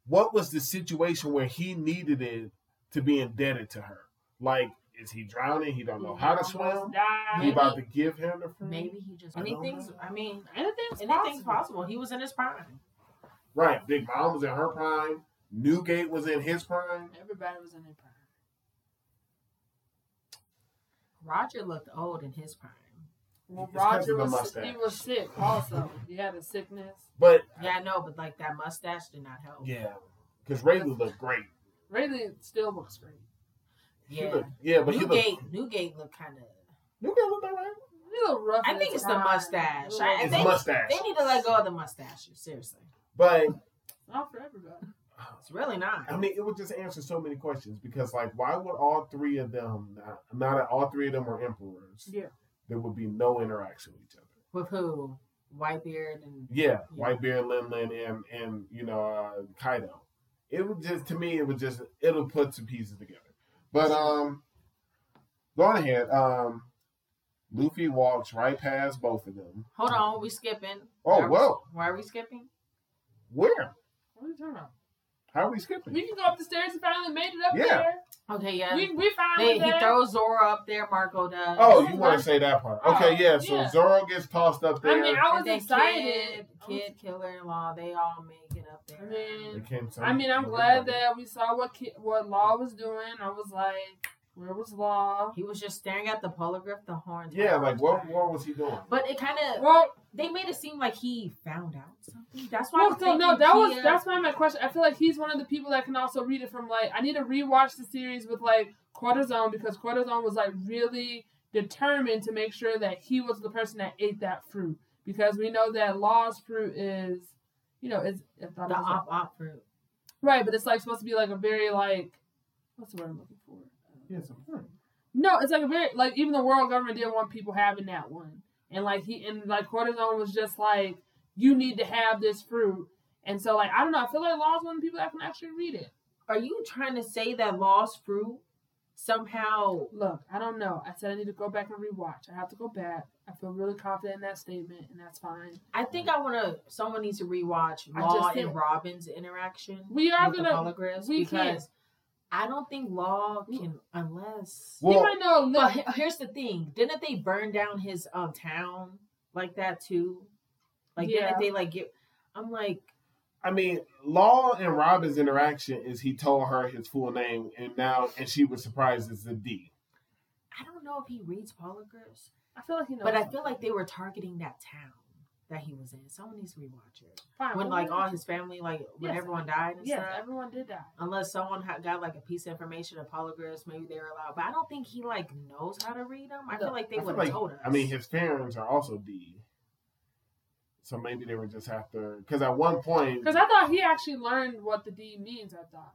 what was the situation where he needed it to be indebted to her? Like, is he drowning? He don't know how to swim. He Maybe- Died. about to give him the fruit. Maybe he just I don't anything's. know. I mean, Anything's, anything's possible. He was in his prime. Right. Big Mom was in her prime. Newgate was in his prime. Everybody was in their prime. Roger looked old in his prime. Well, It's 'cause Roger of the was he mustache. was sick also. He had a sickness. But Yeah, I know, but like that mustache did not help. yeah, because Raylan looked great. Rayleigh still looks great. He Yeah. looked- yeah, but he looked Newgate, Newgate looked kind of. Newgate looked alright. He look rough. I at think it's the times. mustache. I- I His think- mustache. They need to let go of the mustaches. Seriously, But not for everybody. it's really not. I mean, it would just answer so many questions because, like, why would all three of them not? Not that all three of them are emperors. Yeah. There would be no interaction with each other. With who? Whitebeard and Yeah, Yeah. Whitebeard, Lin Lin, and and you know uh, Kaido. It would just to me, it would just it'll put some pieces together. But um, going ahead, um, Luffy walks right past both of them. hold on, we skipping. Oh, Why- whoa. Why are we skipping? Where? What are you talking about? How are we skipping? We can go up the stairs and finally made it up Yeah. Okay, there. yeah. We we They, finally he there. throws Zora up there. Marco does. Oh, you want to say that part? Okay, Oh, yeah. So yeah. Zoro gets tossed up there. I mean, I And was then excited. Kid, kid killer in law. They all make it up there. I mean, They came to- I mean, I'm glad that we saw what ki- what Law was doing. I was like, where was Law? he was just staring at the polygraph, the horn. Yeah, like what? What was he doing? But it kind of Well, they made it seem like he found out something. That's why. well I'm so no, thinking that was Kia- that's why my question. I feel like he's one of the people that can also read it from like I need to rewatch the series with like Cortisone because Cortisone was like really determined to make sure that he was the person that ate that fruit because we know that Law's fruit is, you know, is I thought it the was, like, op op fruit. right, but it's like supposed to be like a very like what's the word I'm looking for. Yeah, it's a point. No, it's like a very like even the world government didn't want people having that one, and like he and like cortisone was just like you need to have this fruit, and so like I don't know, I feel like laws one of the people that can actually read it. Are you trying to say that lost fruit somehow? Look, I don't know. I said I need to go back and rewatch. I have to go back. I feel really confident in that statement, and that's fine. I think I want to. Someone needs to rewatch I Law just did. and Robin's interaction We are with the gonna. holographs we because can't. I don't think Law can unless. We Well, might know. a But little- he- here's the thing: didn't they burn down his um town like that too? Like Yeah. didn't they like get? I'm like, I mean, Law and Robin's interaction is he told her his full name, and now and she was surprised it's a D. I don't know if he reads polygraphs, I feel like he knows. but I feel like they were targeting that town that he was in. Someone needs to rewatch it fine. when we'll like do all it. his family, like when Oh, Yes. everyone died and Yes, stuff. everyone did that. Unless someone had got like a piece of information of polygraphs, maybe they were allowed. But I don't think he like knows how to read them. I No. feel like they I feel would have like- told us. I mean, his parents are also D, so maybe they were just after. Because at one point, Because I thought he actually learned what the D means. I thought.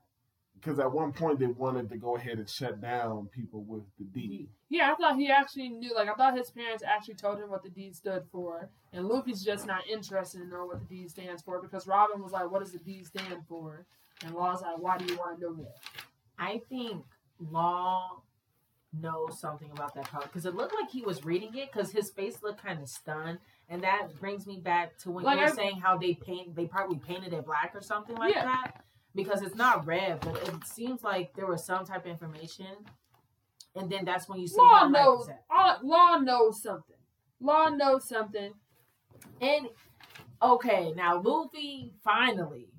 because at one point they wanted to go ahead and shut down people with the D. Yeah, I thought he actually knew. Like, I thought his parents actually told him what the D stood for, and Luffy's just not interested in knowing what the D stands for because Robin was like, "What does the D stand for?" And Law's like, "Why do you want to know that?" I think Law knows something about that polygraph because it looked like he was reading it because his face looked kind of stunned, and that brings me back to when Like, you were I- saying how they paint they probably painted it black or something like Yeah. that because it's not red, but it seems like there was some type of information, and then that's when you see Law how life knows. is at. All, Law knows something. Law knows something. and okay now Luffy finally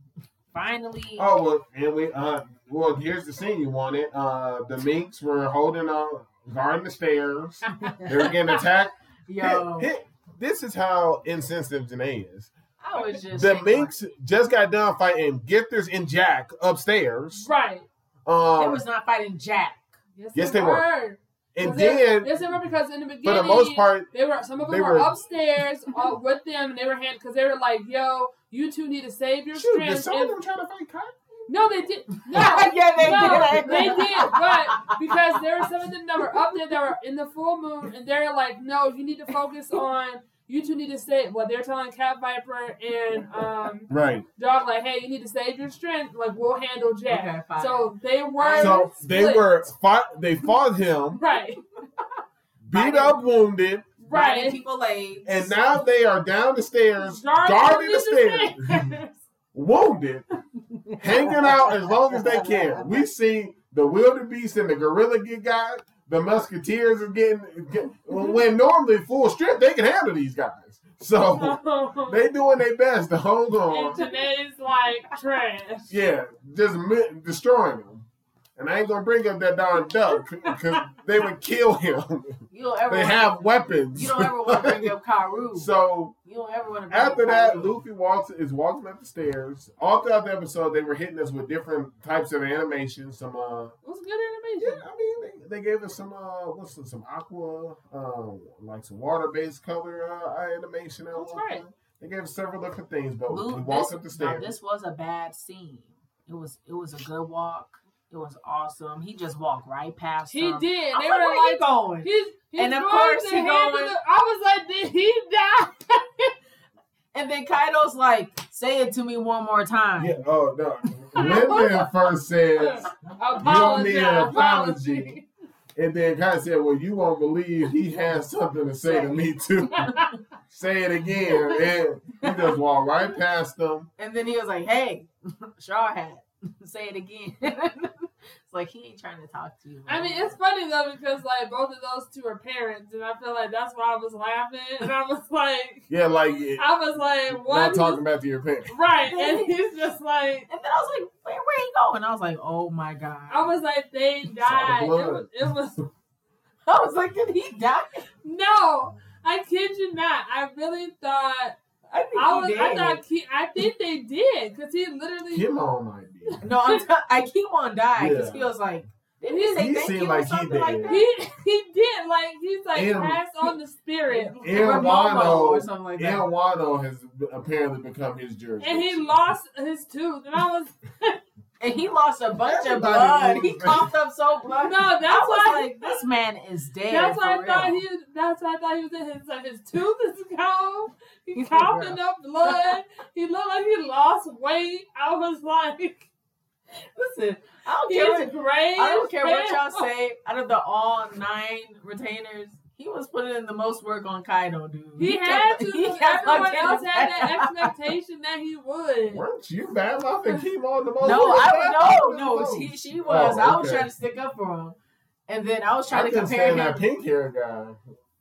finally Oh well, and we uh well here's the scene you wanted. Uh, the minks were holding on, guarding the stairs. They were getting attacked. yo This is how insensitive Janae is. I was just The thinking, like, Minx just got done fighting Gifters and Jack upstairs. Right. they Um, was not fighting Jack Yes, they were. and 'Cause they- then, Yes, they were because in the beginning, for the most part, They were some of them They were, were- upstairs all, with them, and they were hand because they were like, "Yo, you two need to save your shoot, did strength." some of and- them try to fight Kai? no, they did. No, yeah they no, did they did, but because there were some of them that were up there that were in the full moon, and they're like, no, you need to focus on. You two need to save. Well, they're telling Cat Viper and um, Right. Dog like, hey, you need to save your strength. Like, we'll handle Jack. Okay, fine. so they were. So they split. were fought. They fought him, right, beat up, wounded. right. Right. people legs. And now they are down the stairs, Guarding guarding the stairs, stairs. wounded, hanging out as long as they can. We've seen the wildebeest and the gorilla get got. The musketeers are getting get, when normally full strength they can handle these guys. So they doing their best to hold and on. today's like trash. Yeah, just mi- destroying him. And I ain't gonna bring up that darn duck because they would kill him. you don't ever They wanna, have weapons. You don't ever want to bring up Karu. so you don't ever want to. After up that, Karu. Luffy walks is walking up the stairs. All throughout the episode, they were hitting us with different types of animation. Some, uh, What's good yeah, animation? I mean, they, they gave us some, uh, what's some, some aqua, um, like some water-based color uh, animation. at That's one right. point. They gave us several different things, but Lu- he walks this- up the now, stairs. this was a bad scene. It was it was a good walk. It was awesome. He just walked right past. He them. did. I'm They like, were where you like, going? he's, he's And of going course to he handle going- the- I was like, did he die? And then Kaido's like, "Say it to me one more time." Yeah. Oh no. Windman first says, owe Apology. me an apology. and then Kai said, "Well, you won't believe he has something to say to me too. say it again." And he just walked right past them. And then he was like, "Hey, Shaw hat, say it again." it's like he ain't trying to talk to you. I man. mean, it's funny though because like both of those two are parents, and I feel like that's why I was laughing, and I was like, Yeah, like I was like, Not one, talking about the event. right? And he's just like, And then I was like, "Where where he going?" I was like, "Oh my god!" I was like, they died. It was, it was I was like, "Did he die?" no, I kid you not. I really thought I think I he was. did. I thought Ke- I think they did because he literally. Him on might be. No, I'm t- I keep on dying because Yeah. he was like, didn't he say He thank seemed you like or he something like did. that? He he did like he's like Him. passed on the spirit, Or Ian Momo or Wano, something like Ian that. Wano has apparently become his jersey. and he lost his tooth, and I was And he lost a bunch of Everybody blood. moved. He coughed up so blood. no, that's I was why like, this man is dead. That's why I for thought real. he. That's why I thought he was in his like his tooth is gone. He's coughing up blood. He looked like he lost weight. I was like, Listen, I don't he's care. What, great. I don't care what y'all say. Out of the all nine retainers, he was putting in the most work on Kaido, dude. He had kept- to. he because kept on everyone getting else had that back. expectation that he would. Weren't you bad mouthing Kimo the most? No, I was no, no. She, she was. Oh, I was okay. trying to stick up for him, and then I was I trying to couldn't compare stand him. that pink hair guy.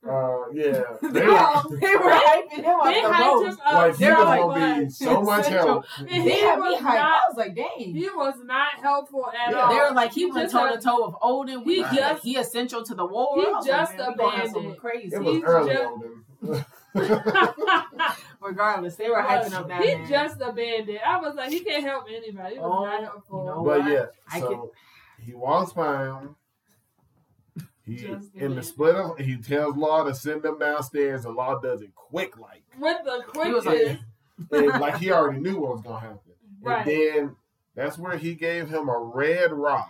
Uh, yeah, they No. were- They were hyping him up They the hyped most. him up. like he uh, They're was like, gonna be "What?" so much help. And They he had me was hyped. I not. was like, dang. He was not helpful at Yeah. all. they were like, he He went just toe to toe with Odin. We, he he, just- he essential to the war. he I was like, just man, we gonna have something abandoned. crazy. It was He's early just- on Regardless, they were hyping up that he man. just abandoned. I was like, he can't help anybody. He was Oh, not you helpful. know. But yeah, I so he walks by him. He Just in the leave. split of he tells Law to send them downstairs, and Law does it quick like. With the He was quickness. like- And, like he already knew what was gonna happen. Right. And then that's where he gave him a red rock.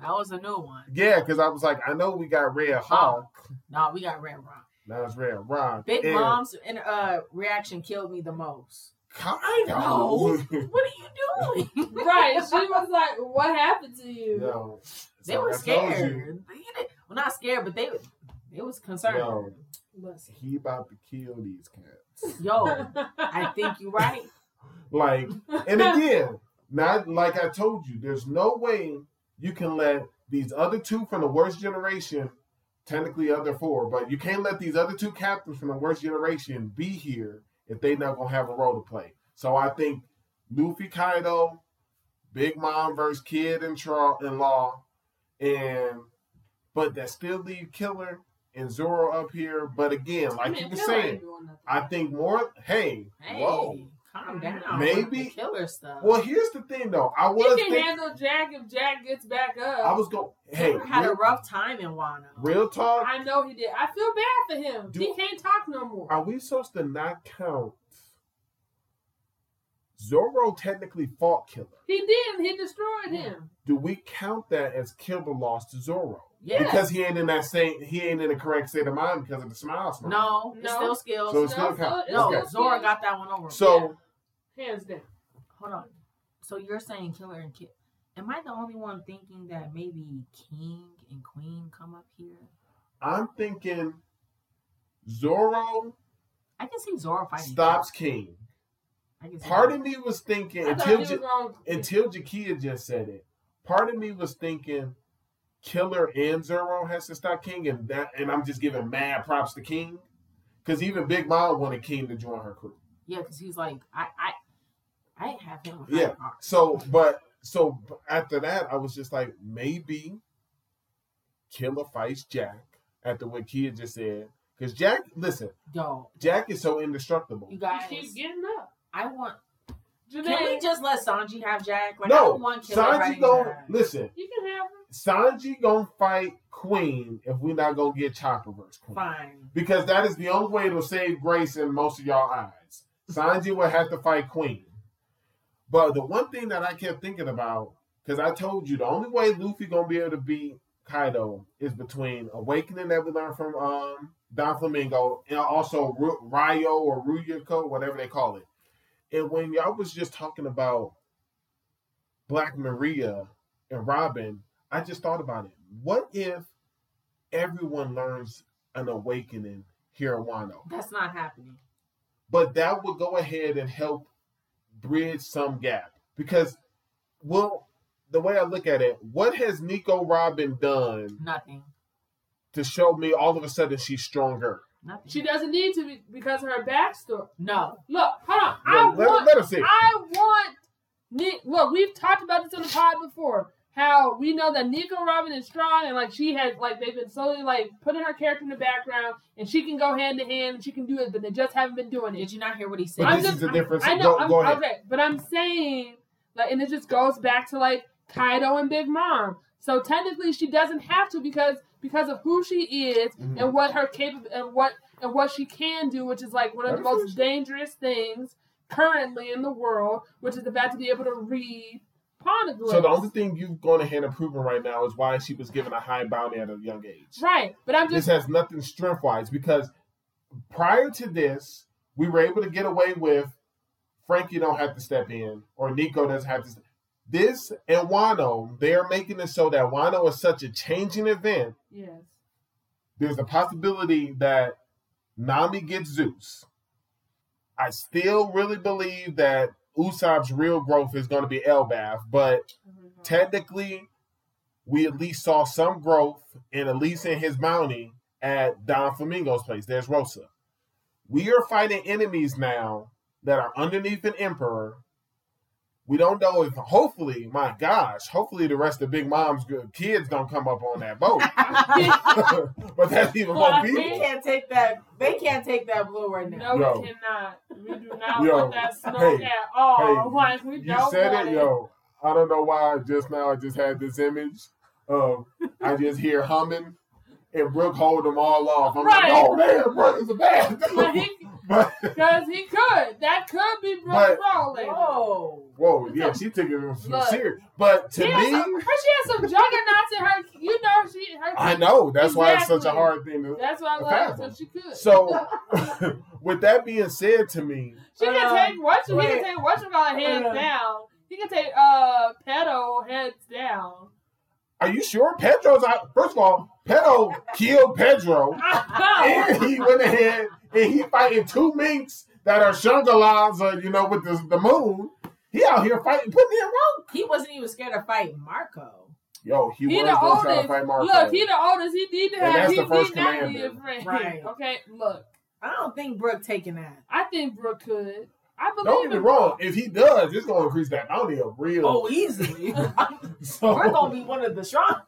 That was a new one. Yeah, because I was like, I know we got red hawk. Nah, we got Red Rock. Now it's red rock. Big and Mom's and, uh, reaction killed me the most. Kind No. of. No. What are you doing? right. She was like, "What happened to you?" they were scared. They didn't- Well, not scared, but they they was concerned. No. Listen. He about to kill these cats. Yo, I think you're right. Like, and again, not like I told you, there's no way you can let these other two from the worst generation, technically other four, but you can't let these other two captains from the worst generation be here if they not gonna have a role to play. So I think Luffy Kaido, Big Mom versus Kid and Tra and Law, and but that still leave Killer and Zoro up here. But again, like you were saying, I think more hey, Hey, whoa. calm down. Maybe- with the killer stuff. Well, here's the thing, though. I He was can thinking, handle Jack if Jack gets back up. I was going. Hey, Killer had a real, rough time in Wano. real talk. I know he did. I feel bad for him. Do- he can't talk no more. Are we supposed to not count? Zoro technically fought Killer. he did. He destroyed him. Do we count that as Killer lost to Zoro? Yeah. Because he ain't in that same. He ain't in the correct state of mind because of the smile. smile. No, it's No. still skills. So it's No, not count. so no, okay. Zora got that one over. So Hands down. hold on. So you're saying killer and kid? Am I the only one thinking that maybe king and queen come up here? I'm thinking Zoro I can see Zoro fighting. stops King. I can see Part that. of me was thinking I thought until he was Ja- wrong. until Jakia just said it. Part of me was thinking Killer and Zero has to stop King, and that and I'm just giving mad props to King because even Big Mom wanted King to join her crew. yeah, because he's like I I I ain't have him. on my Yeah. card. So, but so after that, I was just like, maybe Killer fights Jack after what Kia just said. Because Jack, listen, Yo, Jack is so indestructible. you He guys, keeps getting up. I want. Can we Janae, just let Sanji have Jack? Like I no, don't want Killer Sanji fighting gon' Jack. listen. you can have him. Sanji gonna fight Queen if we not gonna get Chopper versus Queen. Fine. Because that is the only way it'll save Grace in most of y'all eyes. Sanji will have to fight Queen. But the one thing that I kept thinking about, because I told you the only way Luffy gonna be able to beat Kaido is between Awakening that we learned from um Don Flamingo and also Ru- Ryo or Ruyuko, whatever they call it. And when y'all was just talking about Black Maria and Robin, I just thought about it. What if everyone learns an awakening here in Wano? That's not happening. But that would go ahead and help bridge some gap because, well, the way I look at it, what has Nico Robin done Nothing. to show me all of a sudden she's stronger? Nothing. She doesn't need to be because of her backstory. no. Look, hold on. I Let, let- want let her see. I want Nick. Look, we've talked about this on the pod before. How we know that Nico Robin is strong and like she has like they've been slowly like putting her character in the background and she can go hand to hand and she can do it, but they just haven't been doing it. Did you not hear what he said? But I'm this just- is the difference. I know. go, I'm, go ahead. Okay, but I'm saying like, and it just goes back to like Kaido and Big Mom. So technically, she doesn't have to because because of who she is Mhm. and what her capable and what and what she can do, which is like one of the That's most dangerous things currently in the world, which is the fact to be able to read poneglyphs. So the only thing you've gone ahead and proven right now is why she was given a high bounty at a young age. right, but I'm This just has nothing strength wise because prior to this, we were able to get away with Frankie don't have to step in or Nico doesn't have to. Step. This and Wano, they are making it so that Wano is such a changing event. yes, There's a possibility that Nami gets Zeus. I still really believe that Usopp's real growth is going to be Elbaf, but technically, we at least saw some growth, and at least in his bounty at Don Flamingo's place. There's Rosa. We are fighting enemies now that are underneath an emperor. We don't know if, hopefully, my gosh, hopefully the rest of Big Mom's good kids don't come up on that boat. but that's even more They people. can't take that. They can't take that blue right now. no, Yo. we cannot. We do not Yo. want that snow Hey. at all. Hey. Like, we You don't said want it, yo. I don't know why just now I just had this image of I just hear humming and Brooke hold them all off. I'm Right. like, oh man, Brooke is a bad But dude." he but Because he could. That could be Brooke But- Oh. Rowling. Whoa. whoa, yeah, she took it from Look. serious. But to She has some, me, but she has some juggernauts in her. You know, she. Her, I know that's why it's such a Exactly. hard thing to. That's why I A love fathom. So she could. So, with that being said, to me, she can Um, take what you. He wait. can take what you call hands Uh. down. He can take uh pedo heads down. are you sure Pedro's out? First of all, Pedro killed Pedro. and he went ahead and he fighting two minks that are Shungalas, or you know, with the, the moon. He out here fighting, putting in work. He wasn't even scared to fight Marco. Yo, he, He was the gonna try to oldest. fight Marco. Look, he the oldest. He need to And have. that's He the first need not be a commander. friend. Right. Okay. Look, I don't think Brooke taking that. I think Brooke could. I believe. Don't get me in wrong. Brooke. If he does, it's gonna increase that bounty a real. Oh, easily. so, We're gonna be one of the strong.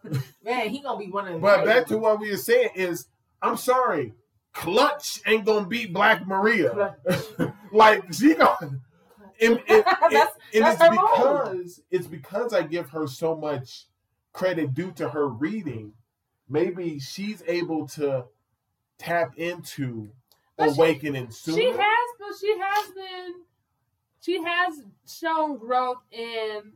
Man, he gonna be one of the. but back to what we were saying is, I'm sorry, Clutch ain't gonna beat Black Maria. like she gonna. And, and- and- That's- and it's that's her because move. it's because I give her so much credit due to her reading. Maybe she's able to tap into But she- awakening sooner. She has, but she has been, she has shown growth in,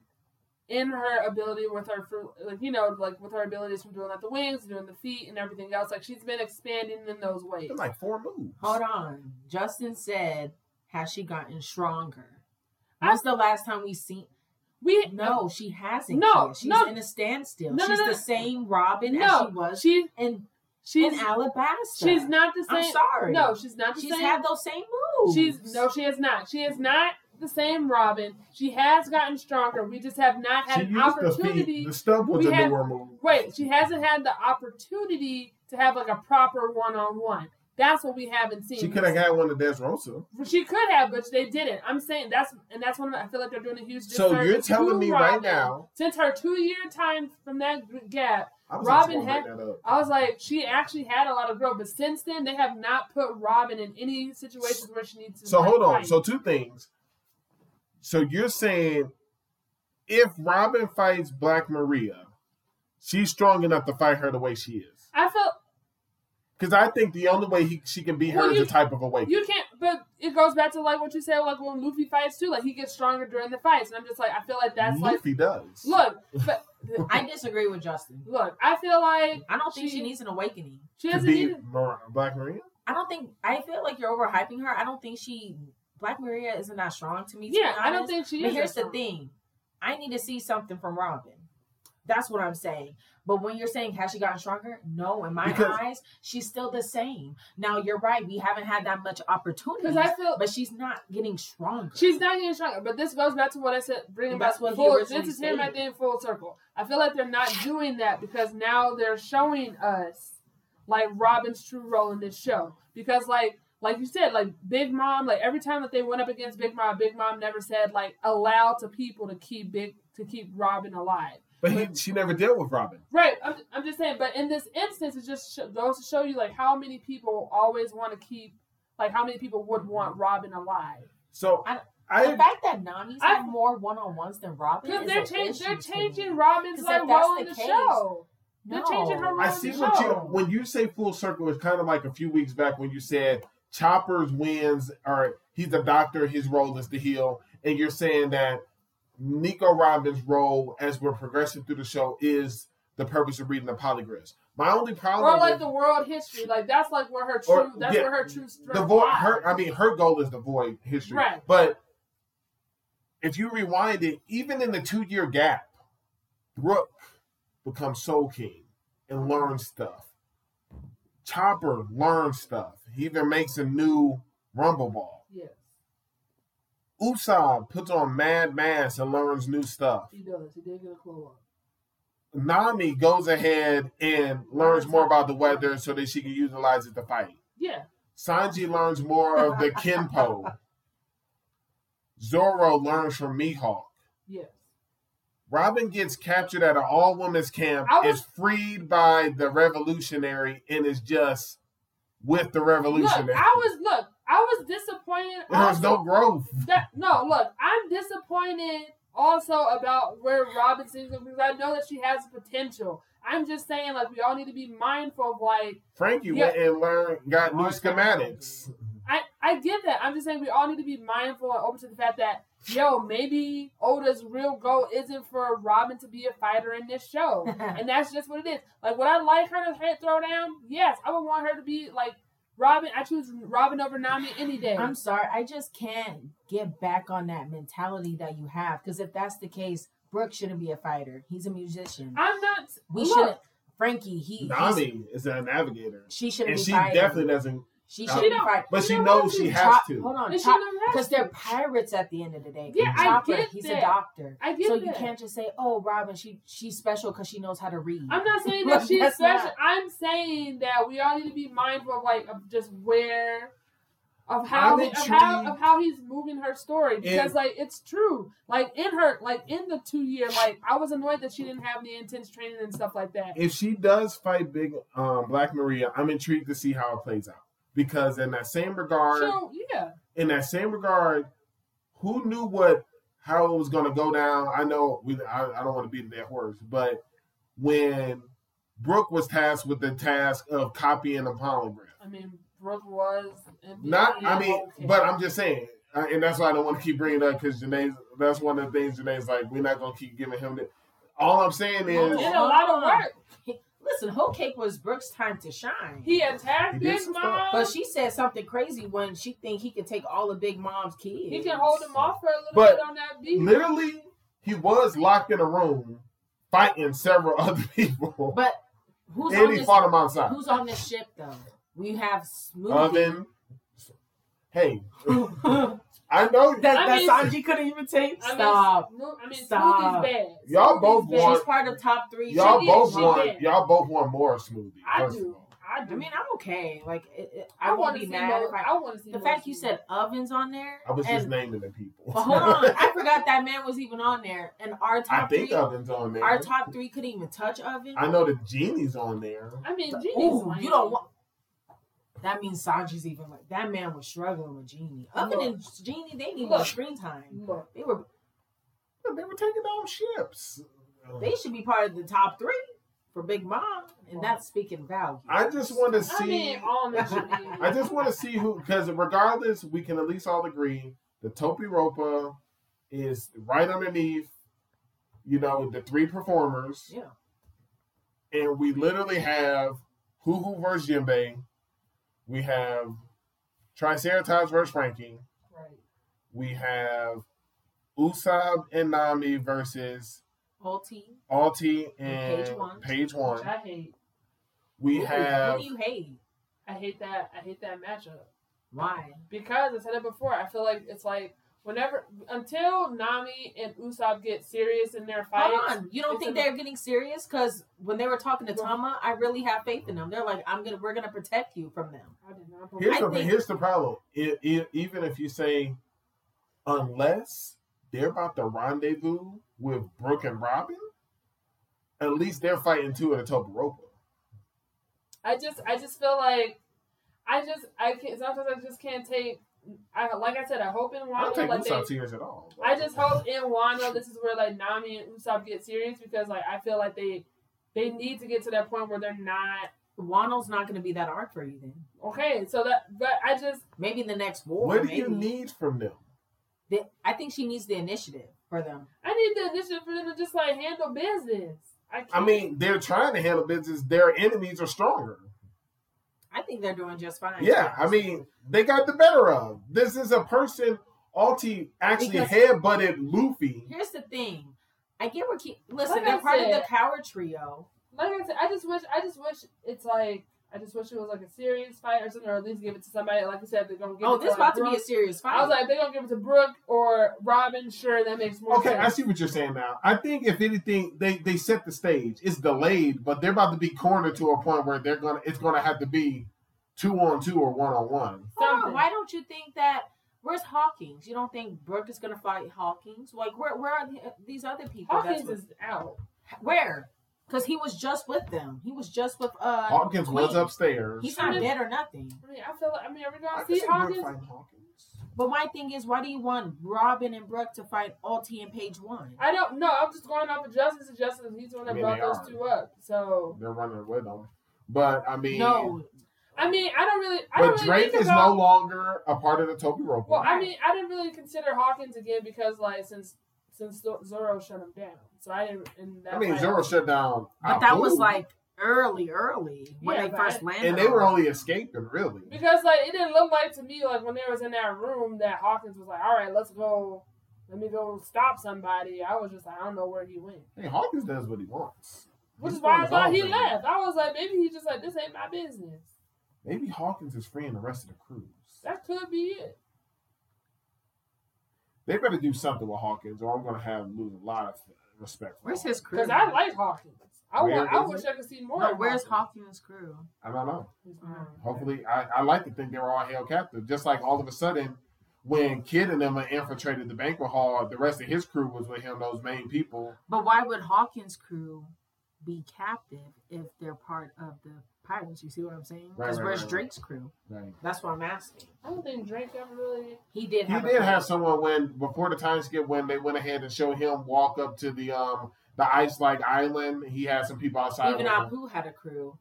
in her ability with her, fr- like you know, like with her abilities from doing like the wings, doing the feet, and everything else. Like she's been expanding in those ways. It's like four moves. Hold on. Justin said, "Has she gotten stronger?" When's the last time we seen? We No, she hasn't. No, Kia. she's no. in a standstill. No, no, she's no, the no. same Robin as she no, was, she and in She's Alabasta. she's not the I'm same. sorry. No, she's not the she's same. had those same moves. She's no, she has not. She has not the same Robin. She has gotten stronger. We just have not She had an used the opportunity. feet. The stump was We a had- newer move. Right. She hasn't had the opportunity to have like a proper one on one. That's what we haven't seen. She could have got one to Des Rosa. She could have, but they didn't. I'm saying that's and that's one of my, I feel like they're doing a huge. So disservice you're telling to me right Robin. now- since her two year time from that gr- gap, I was Robin actually gonna had- bring that up. I was like, she actually had a lot of growth, but since then they have not put Robin in any situations where she needs to. So like, hold on. fight. So two things. So you're saying if Robin fights Black Maria, she's strong enough to fight her the way she is. I felt Because I think the only way he, she can beat her Well, is you- a type of awakening. You can't, but it goes back to like what you said, like when Luffy fights too, like he gets stronger during the fights, and I'm just like, I feel like that's like, Luffy does. look, but I disagree with Justin. look, I feel like I don't think She- she needs an awakening. she to doesn't beat need. Mar- Black Maria. I don't think I feel like you're overhyping her. I don't think she Black Maria isn't that strong to me. to Yeah, be I don't honest. think she But is. here's the strong. thing. I need to see something from Robin. That's what I'm saying. But when you're saying has she gotten stronger? No, in my Because- eyes, she's still the same. Now you're right, we haven't had that much opportunity. 'Cause I feel- but she's not getting stronger. She's not getting stronger, but this goes back to what I said. Bringing And back that's what he full. originally This is him right stated. there in full circle. I feel like they're not doing that because now they're showing us like Robin's true role in this show. Because like like you said, like Big Mom, like every time that they went up against Big Mom, Big Mom never said like allow to people to keep big to keep Robin alive. But he, she never dealt with Robin. Right. I'm, I'm just saying, but in this instance, it just sh- goes to show you like how many people always want to keep like how many people would want Robin alive. So I, I- I, the fact that Nami's I- had more one on ones than Robin. Because is they're an changing, they're issue to me. changing Robin's 'Cause like if that's role in the the case- show. They're No. changing her role. see the what you show. when you say full circle. It's kind of like a few weeks back when you said Chopper's wins or he's a doctor, his role is to heal, and you're saying that Nico Robin's role as we're progressing through the show is the purpose of reading the polygraphs. My only problem or like with the world history, like that's like where her true, Or- that's yeah, where her true strength. the void, lies. her I mean her goal is to void history. Right. But if you rewind it, even in the two year gap, Brooke becomes Soul King and learns stuff. Chopper learns stuff. He even makes a new rumble ball. yes, Usopp puts on mad mass and learns new stuff. he does. He did get a clue up. Nami goes ahead and learns more about the weather so that she can utilize it to fight. Yeah, Sanji learns more of the Kenpo. Zoro learns from Mihawk. yes. Robin gets captured at an all women's camp, I was- is freed by the revolutionary, and is just with the Look, I revolutionary. was look, I was disappointed. There's no growth. that no look i'm disappointed also about where robin seems to- because i know that she has potential i'm just saying like we all need to be mindful of like Frankie Yeah. went and learned, got new Mark- schematics. i i get that i'm just saying we all need to be mindful and open to the fact that yo maybe oda's real goal isn't for robin to be a fighter in this show and that's just what it is like would i like her to head throw down yes i would want her to be like robin i choose robin over nami any day I'm sorry, I just can't get back on that mentality that you have. Because if that's the case, Brooke shouldn't be a fighter. He's a musician. I'm not We look, shouldn't. Frankie, he. he's- Nami is a navigator. She shouldn't be And she fighting. definitely doesn't, She She shouldn't be don't- fighting. but You she know knows what? she She has Chop- to. Hold on, and she Chop- never has because to. they're pirates at the end of the day. Yeah, I Chopper, get he's that. a doctor. I get so you that. can't just say, "Oh, Robin, she she's special because she knows how to read." I'm not saying that Like, she's that's special. not- I'm saying that we all need to be mindful of like of just where of how I'm he- of how intrigued. of how he's moving her story because And- like it's true. Like in her like in the two year like I was annoyed that she didn't have any intense training and stuff like that. If she does fight Big um, Black Maria, I'm intrigued to see how it plays out. Because in that same regard, So yeah, in that same regard, who knew what how it was going to go down? I know we. I, I don't want to beat that horse, but when Brooke was tasked with the task of copying a polygraph, I mean Brooke was and not. I mean, okay. but I'm just saying, uh, and that's why I don't want to keep bringing it up because Janae's. That's one of the things Janae's like. We're not going to keep giving him that. All I'm saying He is, did a lot of work. Listen, whole cake was Brooke's time to shine. He He attacked did Big some Mom. stuff. but she said something crazy when she think he could take all of Big Mom's kids. he can hold him off for a little But bit on that beat. literally, he was locked in a room fighting several other people. But Who's on And he this? fought him outside. Who's on this ship though? We have smoothie. Oven. Hey, I know that I that mean- Sanji couldn't even take. I mean, Stop. No, I mean, Stop. Stop. Smoothie's bad. Y'all Smoothie's both bad. want- She's part of top three. y'all She did, both she want did. y'all both want more smoothie. I first do. of all. I I do. mean, I'm okay. Like it, it, I, I, won't want to be see mad if more. I. I want to see the more fact you Smoothie. said ovens on there. I was and, just naming the people. But hold on, I forgot that man was even on there. And our I top think three, ovens on there. our top three couldn't even touch oven. I know the genie's on there. I mean, Genie's Ooh, lame. you don't want. That means Sanji's even like that man was struggling with Genie. Oven Look. and Genie, they didn't even Look. have screen time. Look, They were But They were taking down ships. they should be part of the top three for Big Mom, and that's speaking value. I just want to see. I mean, almond I just want to see who, because regardless, we can at least all agree the Topi Ropa is right underneath, you know, the three performers. Yeah. And we literally have Hoo Hoo versus Jinbei. We have Triceratops versus Frankie. Right. We have Usab and Nami versus Whole team. Alti and Page One. Page One. Which I hate. We Who- have Who do you hate? I hate that. I hate that matchup. Why? because I said it before. I feel like it's like whenever until Nami and Usopp get serious in their fight. Hold on. You don't It's think an- they're getting serious? Because when they were talking to Tama, I really have faith in them. They're like, "I'm gonna, we're gonna protect you from them." I did not Here's I the think- here's the problem. It, it, even if you say, unless they're about to rendezvous with Brooke and Robin, at least they're fighting two at a Toblerone. I just I just feel like I just I can't sometimes I just can't take I like I said, I hope in I don't Wano take like Usopp they, serious at all. I just hope in Wano this is where like Nami and Usopp get serious because like I feel like they they need to get to that point where they're not Wano's not gonna be that hard for you then. okay. So that but I just Maybe in the next war. What do maybe. you need from them? They- I think she needs the initiative for them. I need the initiative for them to just like handle business. I can't. I mean, they're trying to handle business. Their enemies are stronger. I think they're doing just fine. Yeah, I mean, they got the better of. This is a person. Alti actually Because- headbutted Luffy. here's the thing. I get what. Ke- Listen, Like I they're part of said- the coward trio. like I said, I just wish, I just wish it's like, I just wish it was like a serious fight or something, or at least give it to somebody. Like I said, they're gonna give Oh, it. this to, about like, to be a Brooke. serious fight. I was like, they're gonna give it to Brooke or Robin. Sure, that makes more Okay, I sense. see what you're saying now. I think if anything, they they set the stage. It's delayed, but they're about to be cornered to a point where they're gonna it's gonna have to be two on two or one on one. Hold on, something. Oh, why don't you think that? Where's Hawkins? You don't think Brooke is gonna fight Hawkins? Like where? Where are the, uh, these other people? That's Hawkins what- is out. where? Because he was just with them. He was just with uh. Hawkins was Queen. upstairs. He's not dead or nothing. I mean, I feel. Like, I mean, are we I gonna can see see Brooke Hawkins? fighting Hawkins. But my thing is, why do you want Robin and Brooke to fight Alti and Page One? I don't know. I'm just going off of Justice and Justice. He's the one I that mean, brought they those are. two up. So They're running with them, but I mean, No, I mean, I don't really. I but don't really Drake think is about, no longer a part of the Toby Rope. Well, I mean, I didn't really consider Hawkins again because like since since Zoro shut him down, so I didn't. And that I mean, fight- Zero shut down. but that was Abu, like early, early when Yeah, they but I- first landed. and they were on only escaping really. Because like it didn't look like to me like when they was in that room that Hawkins was like, all right, let's go, let me go stop somebody. I was just like, I don't know where he went, Hey, Hawkins does what he wants, which He's is why doing I his thought own he thing. left. I was like, maybe he just like this ain't my business. Maybe Hawkins is freeing the rest of the crews. That could be it. They better do something with Hawkins, or I'm gonna have lose a lot of respect. For Where's his crew? Because I like Hawkins. I Where want. I is wish I could see more. No, of where's Hawkins' crew? I don't know. Mm. Hopefully, I, I like to think they were all held captive. Just like all of a sudden, when Kid and them infiltrated the banquet hall, the rest of his crew was with him. Those main people. But why would Hawkins' crew be captive if they're part of the pirates? You see what I'm saying? Right, Because right, where's right, right. Drake's crew? Right. That's what I'm asking. I don't think Drake ever really. He did He have. a did crew. have someone when before the time skip when they went ahead and showed him walk up to the um the ice like island. He had some people outside. Even with him. Apu had a crew.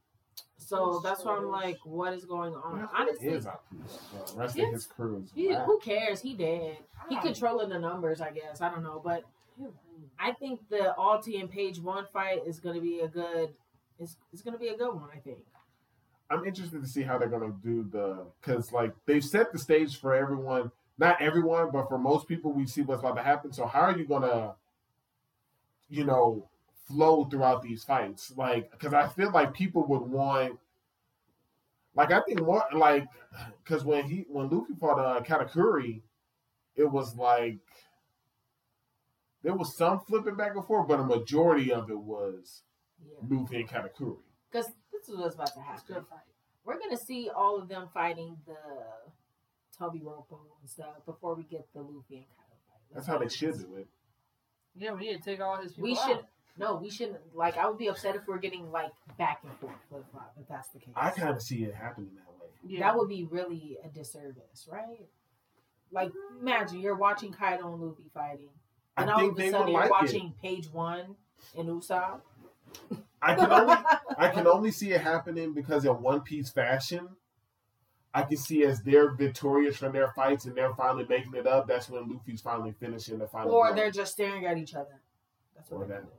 So that's why I'm like, what is going on? That's what it Honestly, is Apu. The rest of Yes. his crew is. he, whack. who cares? He dead. He I don't- controlling the numbers, I guess. I don't know, but I think the Alti and Page One fight is gonna be a good. It's, it's gonna be a good one, I think. I'm interested to see how they're gonna do the because like they've set the stage for everyone, not everyone, but for most people, we see what's about to happen. So how are you gonna, you know, flow throughout these fights. Like, because I feel like people would want, like, I think more like, because when he when Luffy fought uh, Katakuri, it was like there was some flipping back and forth, but a majority of it was Yeah. Luffy and Katakuri. Because this is what's about to It's a good happen. fight. We're gonna see all of them fighting the Toby Ropo and stuff before we get the Luffy and Kaido fight. That's how they should do it. Yeah, we need to take all his people We out. should no, we shouldn't. Like, I would be upset if we're getting like back and forth flip flop if that's the case. I kind of see it happening that way. Yeah. That would be really a disservice, right? Like, imagine you're watching Kaido and Luffy fighting, I and all think of they a would sudden you're like it. watching Page One and Usopp. I can only I can only see it happening because in One Piece fashion, I can see as they're victorious from their fights and they're finally making it up. That's when Luffy's finally finishing the final. or blow. they're just staring at each other. That's Or what they're that. doing.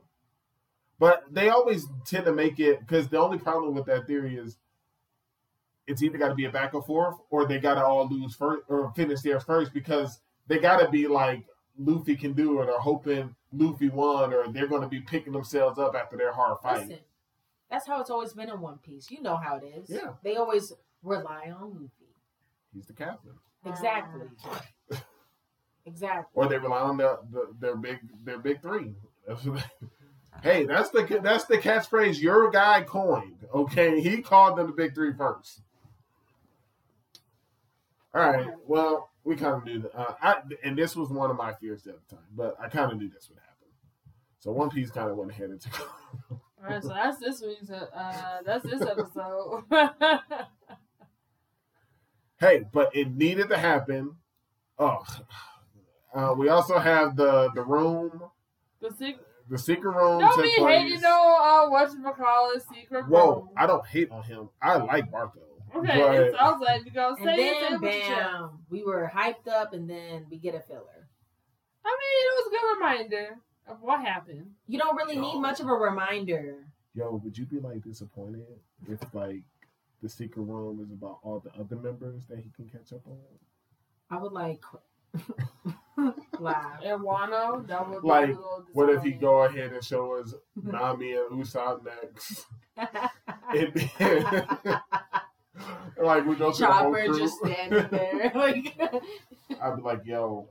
But they always tend to make it because the only problem with that theory is it's either got to be a back and forth or they got to all lose first or finish theirs first because they got to be like Luffy can do it or hoping Luffy won or they're going to be picking themselves up after their hard fight. Listen, that's how it's always been in One Piece. You know how it is. Yeah. They always rely on Luffy. He's the captain. Exactly. exactly. or they rely on their the, their big their big three. That's what they- hey, that's the that's the catchphrase your guy coined. Okay, he called them the big three first. All right. Well, we kind of knew that. Uh, I and this was one of my fears at the time, but I kind of knew this would happen. So One Piece kind of went ahead and took. All right, so that's this week's. Uh, that's this episode. hey, but it needed to happen. Oh, uh, we also have the the room, the sick. the secret room. Don't took be place. hating on uh, what you call it, secret. Whoa, room. I don't hate on him. I like Bartho. Okay, but so I was like, you go say And it, say then what you said. bam, we were hyped up, and then we get a filler. I mean, it was a good reminder of what happened. You don't really need Yo. much of a reminder. yo, would you be like disappointed if like the secret room is about all the other members that he can catch up on? I would like laugh. And Wano, that would be a Like, little What if he disappointing. go ahead and show us Nami and Usopp next? And then, like we go through the whole Chopper crew. just standing there. Like, I'd be like, yo,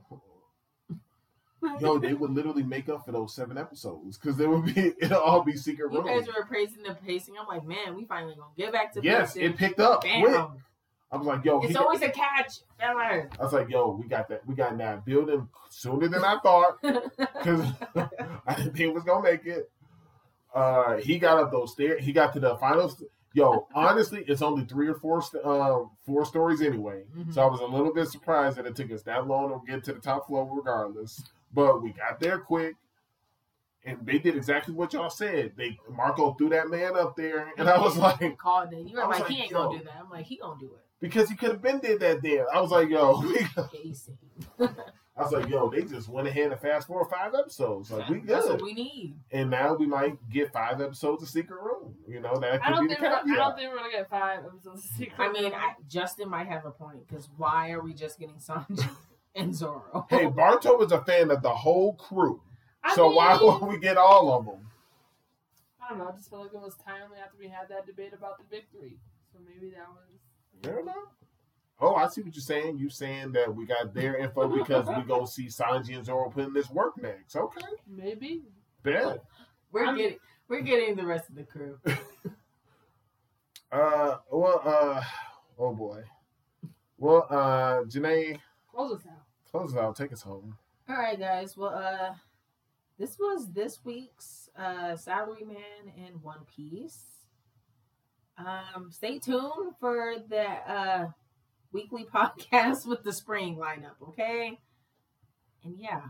yo, they would literally make up for those seven episodes because there would be it'll all be secret you guys rooms. were praising the pacing. I'm like, man, we finally gonna get back to Yes, pacing. it picked up. Bam. quick. I was like, yo, It's he- always a catch, filler. I was like, yo, we got that. We got that building sooner than I thought because I didn't think it was gonna make it. Uh, he got up those stairs. He got to the final. St- yo, honestly, it's only three or four st- uh, four stories anyway. Mhm. So I was a little bit surprised that it took us that long to get to the top floor, regardless. But we got there quick, and they did exactly what y'all said. They Marco threw that man up there, and I was like, called it. You were I was like, he like, ain't yo. gonna do that. I'm like, he gonna do it. because he could have been there that day. I was like, yo, we Pacing. I was like, yo, they just went ahead and fast forward five episodes. Like, we That's what good. we need. And now we might get five episodes of Secret Room. You know, that I could don't be the think we're, I caveat. don't think we're gonna get five episodes of secret. I mean, I, Justin might have a point because why are we just getting Sanji and Zoro? Hey, Barto was a fan of the whole crew. I so why mean, would we get all of them? I don't know. I just feel like it was timely after we had that debate about the big three. So maybe that was. Fair enough. Oh, I see what you're saying. You saying that we got their info because we gonna see Sanji and Zoro putting this work next. Okay. Maybe. Bet. We're I'm- getting we're getting the rest of the crew. Uh well uh oh boy. Well uh Janae, Close us out. close it out, take us home. All right, guys. Well, uh, this was this week's uh, Salary Man in One Piece. Um, stay tuned for the uh, weekly podcast with the spring lineup, okay? And yeah,